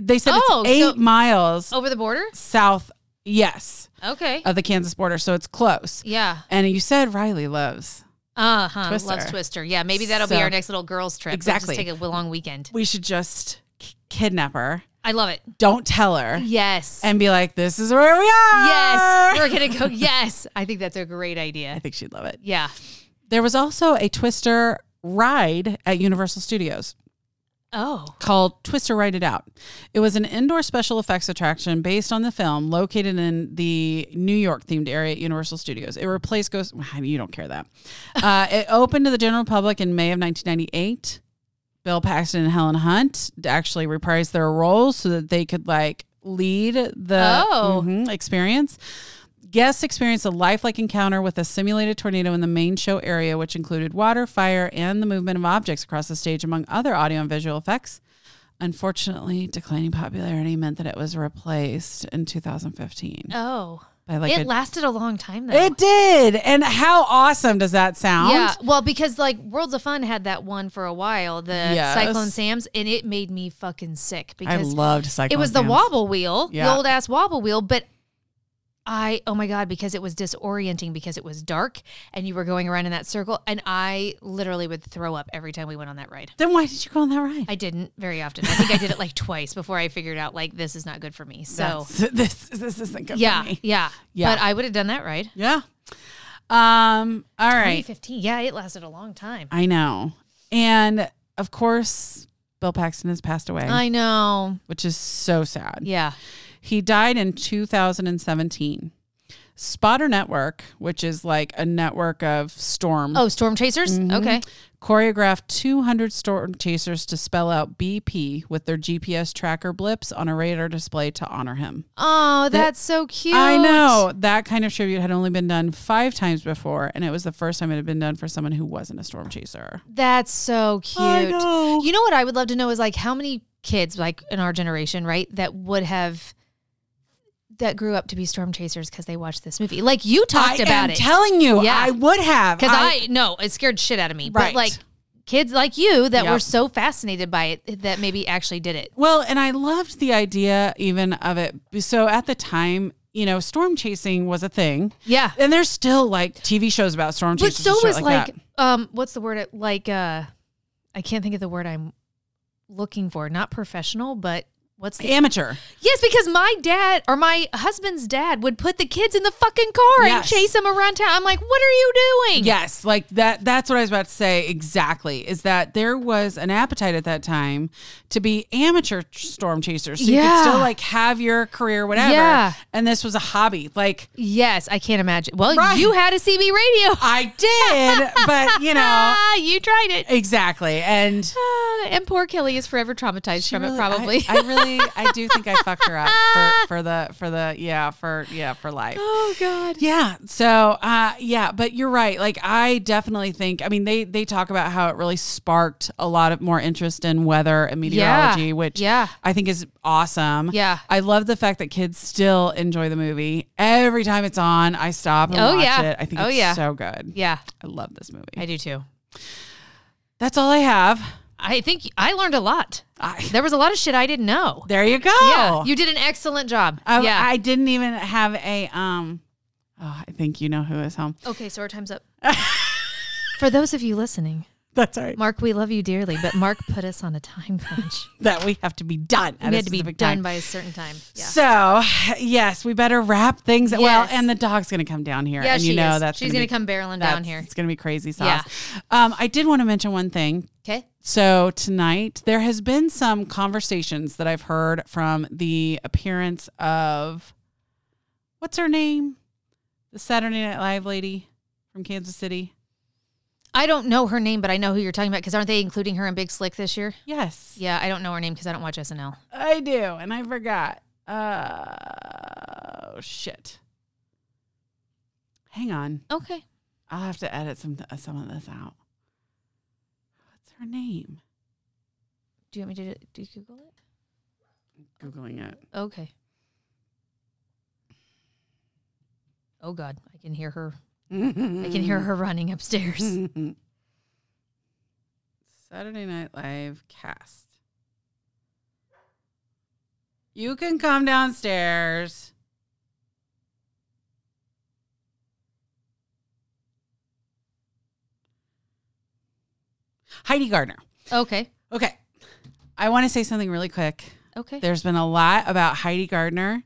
S1: They said
S2: Oh,
S1: it's
S2: so-
S1: eight miles
S2: Over the border?
S1: south. Yes.
S2: Okay.
S1: of the Kansas border, so it's close.
S2: yeah.
S1: And you said Riley loves.
S2: Uh huh. Loves
S1: Twister.
S2: Twister. Yeah, maybe that'll be
S1: So-
S2: our next little girls trip. We'll
S1: Exactly.
S2: just take a long weekend.
S1: We should just k- kidnap her.
S2: I love it.
S1: Don't tell her
S2: Yes.
S1: and be like, "This is where we are."
S2: yes. We're gonna go. [LAUGHS] Yes. I think that's a great
S1: I
S2: idea.
S1: think she'd love it.
S2: Yeah.
S1: There was also a Twister ride at Universal Studios
S2: Oh.
S1: called Twister Ride It Out. It was an indoor special effects attraction based on the film, located in the New York themed area at Universal Studios. It replaced Ghost. [SIGHS] You don't care that. Uh, it opened to the general public in May of 1998. Bill Paxton and Helen Hunt actually reprised their roles so that they could like lead the
S2: Oh.
S1: Mhm, experience. Guests experienced a lifelike encounter with a simulated tornado in the main show area, which included water, fire, and the movement of objects across the stage, among other audio and visual effects. Unfortunately, declining popularity meant that it was replaced in 2015.
S2: Oh.
S1: by like
S2: it
S1: a-
S2: lasted a long time though.
S1: it did. And how awesome does that sound?
S2: Yeah, well, because like Worlds of Fun had that one for a while, the
S1: Yes.
S2: Cyclone Sam's, and it made me fucking sick
S1: I
S2: because
S1: loved cycling.
S2: it was the
S1: Sam's.
S2: wobble wheel,
S1: Yeah.
S2: the old ass wobble wheel, but I oh my god because it was disorienting because it was dark and you were going around in that circle and I literally would throw up every time we went on that ride.
S1: Then why did you go on that ride?
S2: I didn't very often. I think I did it like [LAUGHS] twice before I figured out like this is not good for me. So
S1: That's- [LAUGHS] this this isn't good
S2: yeah,
S1: for me.
S2: yeah,
S1: Yeah.
S2: But I would have done that ride.
S1: Yeah. Um. All right.
S2: 2015. Yeah, it lasted a long time.
S1: I know. And of course, Bill Paxton has passed away,
S2: I know.
S1: which is so sad.
S2: Yeah.
S1: He died in 2017. Spotter Network, which is like a network of storm,
S2: Oh, storm chasers.
S1: Mm-hmm.
S2: Okay.
S1: choreographed 200 storm chasers to spell out BP with their GPS tracker blips on a radar display to honor him.
S2: Oh, that's so cute.
S1: I know that kind of tribute had only been done five times before, and it was the first time it had been done for someone who wasn't a storm chaser.
S2: That's so cute.
S1: I know.
S2: You know what I would love to know is like how many kids like in our generation, right, that would have that grew up to be storm chasers because they watched this movie. Like you talked
S1: I
S2: about
S1: am
S2: it.
S1: telling you,
S2: Yeah.
S1: I would have
S2: Because I, no, it scared shit out of me.
S1: Right.
S2: But like kids like you that
S1: Yeah.
S2: were so fascinated by it that maybe actually did it.
S1: Well, and I loved the idea even of it. So at the time, you know, storm chasing was a thing.
S2: Yeah.
S1: And there's still like TV shows about storm
S2: But
S1: chasers.
S2: so
S1: and shit
S2: was
S1: like,
S2: like,
S1: that.
S2: um what's the word it- like uh I can't think of the word I'm looking for. Not professional, but what's the
S1: amateur.
S2: Yes, because my dad or my husband's dad would put the kids in the fucking car
S1: Yes.
S2: and chase them around town. I'm like, what are you doing?
S1: Yes, like that. That's what I was about to say. Exactly, is that there was an appetite at that time to be amateur storm chasers. So you could
S2: Yeah.
S1: still like have your career, whatever.
S2: Yeah.
S1: And this was a hobby. Like
S2: Yes, I can't imagine. Well,
S1: Right.
S2: you had a CB [LAUGHS] radio.
S1: I did, but you
S2: [LAUGHS]
S1: know
S2: Ah, you tried it.
S1: exactly. And
S2: Ah, and poor Kelly is forever traumatized
S1: She
S2: from
S1: really-
S2: it, probably. [LAUGHS]
S1: I, I really, I do think I fucked her up [LAUGHS] for, for the, for the, yeah, for, yeah, for life.
S2: oh God.
S1: [GASPS] Yeah. So, uh, yeah, but you're right. Like, I definitely think, I mean, they, they talk about how it really sparked a lot of more interest in weather and meteorology, which
S2: yeah.
S1: I think is awesome.
S2: Yeah.
S1: I love the fact that kids still enjoy the movie. Every time it's on, I stop and
S2: Oh,
S1: watch
S2: yeah.
S1: it. I think
S2: Oh,
S1: it's
S2: yeah.
S1: so good.
S2: Yeah,
S1: I love this movie.
S2: I do too.
S1: That's all I have.
S2: I think I learned a lot.
S1: I, [LAUGHS]
S2: There was a lot of shit I didn't know.
S1: there you go.
S2: Yeah, you did an excellent job.
S1: I,
S2: yeah.
S1: I didn't even have a um. Oh, I think you know who is home.
S2: okay, so our time's up. [LAUGHS] For those of you listening,
S1: That's all right.
S2: Mark, we love you dearly, but Mark put us on a time [LAUGHS] crunch.
S1: That we have to be done. At
S2: we
S1: a
S2: had to be
S1: specific
S2: done
S1: time.
S2: by a certain time. Yeah.
S1: So yes, we better wrap things. Well,
S2: Yes.
S1: and the dog's gonna come down here,
S2: Yeah,
S1: and
S2: she
S1: you know
S2: is.
S1: that's
S2: she's
S1: gonna,
S2: gonna,
S1: be-
S2: come barreling
S1: that's-
S2: down here.
S1: It's gonna be crazy
S2: Yeah.
S1: sauce. Um, I did want to mention one thing.
S2: Okay.
S1: So tonight there has been some conversations that I've heard from the appearance of what's her name, the Saturday Night Live lady from Kansas City.
S2: I don't know her name, but I know who you're talking about because aren't they including her in Big Slick this year?
S1: Yes.
S2: Yeah, I don't know her name because I don't watch SNL.
S1: I do, and I forgot. Uh, shit. Hang on,
S2: Okay.
S1: I'll have to edit some uh, some of this out. What's her name?
S2: Do you want me to do you Google it?
S1: Googling it.
S2: Okay. Oh God, I can hear her. I can hear her running [LAUGHS] upstairs.
S1: Saturday Night Live cast. You can come downstairs. Heidi Gardner.
S2: okay.
S1: Okay. I want to say something really quick.
S2: Okay.
S1: There's been a lot about Heidi Gardner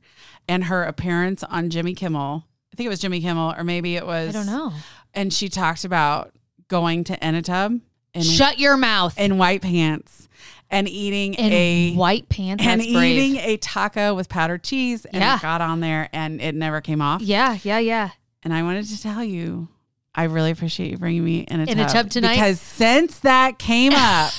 S1: and her appearance on Jimmy Kimmel. I think it was Jimmy Kimmel, or maybe it was.
S2: I don't know.
S1: And she talked about going to Enitub in,
S2: Shut your mouth.
S1: in white pants and eating
S2: In
S1: a
S2: white pants.
S1: and
S2: That's brave.
S1: eating a taco with powdered cheese. And
S2: Yeah.
S1: it got on there and it never came off.
S2: Yeah, yeah, yeah.
S1: And I wanted to tell you, I really appreciate you bringing me in a,
S2: In a tub tonight?
S1: because since that came
S2: [LAUGHS]
S1: up,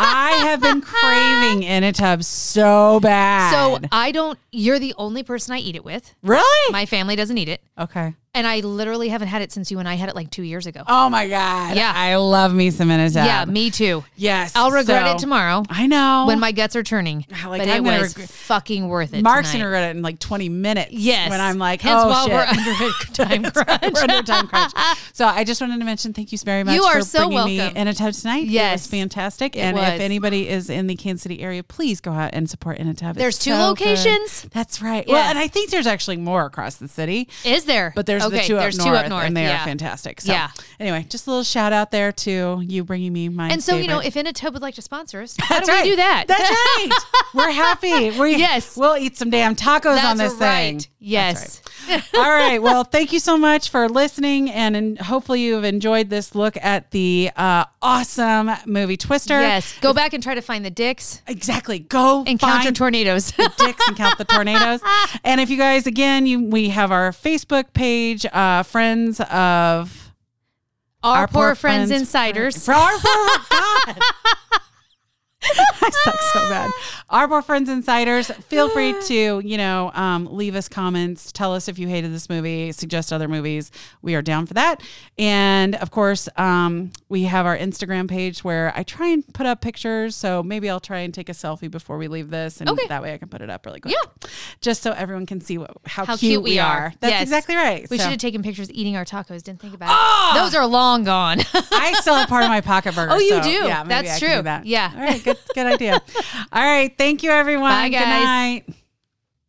S1: I have been craving in a tub so bad.
S2: So I don't. You're the only person I eat it with.
S1: really,
S2: My family doesn't eat it.
S1: okay,
S2: and I literally haven't had it since you and I had it like two years ago.
S1: Oh my god.
S2: Yeah.
S1: I love me some Minotab.
S2: yeah, me too.
S1: Yes.
S2: I'll regret
S1: so-
S2: it tomorrow
S1: I know.
S2: when my guts are churning.
S1: Like,
S2: but
S1: I'm
S2: it
S1: gonna
S2: was
S1: regret-
S2: fucking worth it.
S1: Mark's
S2: tonight.
S1: gonna regret it in like 20 minutes.
S2: Yes.
S1: When I'm like,
S2: Hence
S1: oh
S2: why
S1: shit. [LAUGHS]
S2: we're under a time
S1: That's why
S2: crunch.
S1: we're under a time
S2: [LAUGHS]
S1: crunch. So I just wanted to mention thank you very much
S2: You are
S1: for
S2: so
S1: bringing
S2: welcome.
S1: me in a tub tonight. it was
S2: Yes.
S1: fantastic.
S2: It
S1: and if
S2: was.
S1: anybody is in the Kansas City area, please go out and support in a tub. It's
S2: There's two
S1: so good.
S2: locations.
S1: That's right. Well,
S2: Yeah.
S1: and I think there's actually more across the city.
S2: Is there?
S1: But there's
S2: okay,
S1: the two up,
S2: there's
S1: north,
S2: two up north,
S1: and they
S2: yeah.
S1: are fantastic. So,
S2: Yeah.
S1: Anyway, just a little shout out there to you bringing me my
S2: And so, you know,
S1: favorite-
S2: if Inatobe would like to sponsor us, how
S1: That's
S2: do we
S1: right.
S2: do that? [LAUGHS]
S1: That's right. We're happy. We
S2: Yes.
S1: We'll eat some damn tacos on
S2: That's
S1: this
S2: right.
S1: thing.
S2: Yes.
S1: [LAUGHS] All right. Well, thank you so much for listening, and, and hopefully you've enjoyed this look at the uh, awesome movie Twister.
S2: Yes. Go back and try to find the dicks
S1: Exactly. Go
S2: and
S1: find
S2: counter tornadoes. [LAUGHS]
S1: dicks and count the tornadoes. and if you guys, again, you, we have our Facebook page, uh, Friends of.
S2: Our, poor, friends, [LAUGHS] insiders.
S1: For our poor God. [LAUGHS] I suck so bad. Our poor friends insiders. Feel free to you know um, leave us comments. Tell us if you hated this movie. Suggest other movies. We are down for that. And of course, um, we have our Instagram page where I try and put up pictures. So maybe I'll try and take a selfie before we leave this, and
S2: Okay.
S1: that way I can put it up really quick.
S2: Yeah.
S1: Just so everyone can see what, how,
S2: How
S1: cute, we are. That's
S2: Yes.
S1: exactly right.
S2: We
S1: So Ah!
S2: should have taken pictures eating our tacos. Didn't think about it. Those are long gone. [LAUGHS]
S1: [LAUGHS] I still have part of my pocket burger.
S2: Oh, you
S1: so,
S2: do?
S1: Yeah, maybe
S2: That's
S1: I can do
S2: true.
S1: that.
S2: Yeah.
S1: All right. Good. Good idea. All right. Thank you, everyone.
S2: Bye,
S1: Good
S2: guys.
S1: night.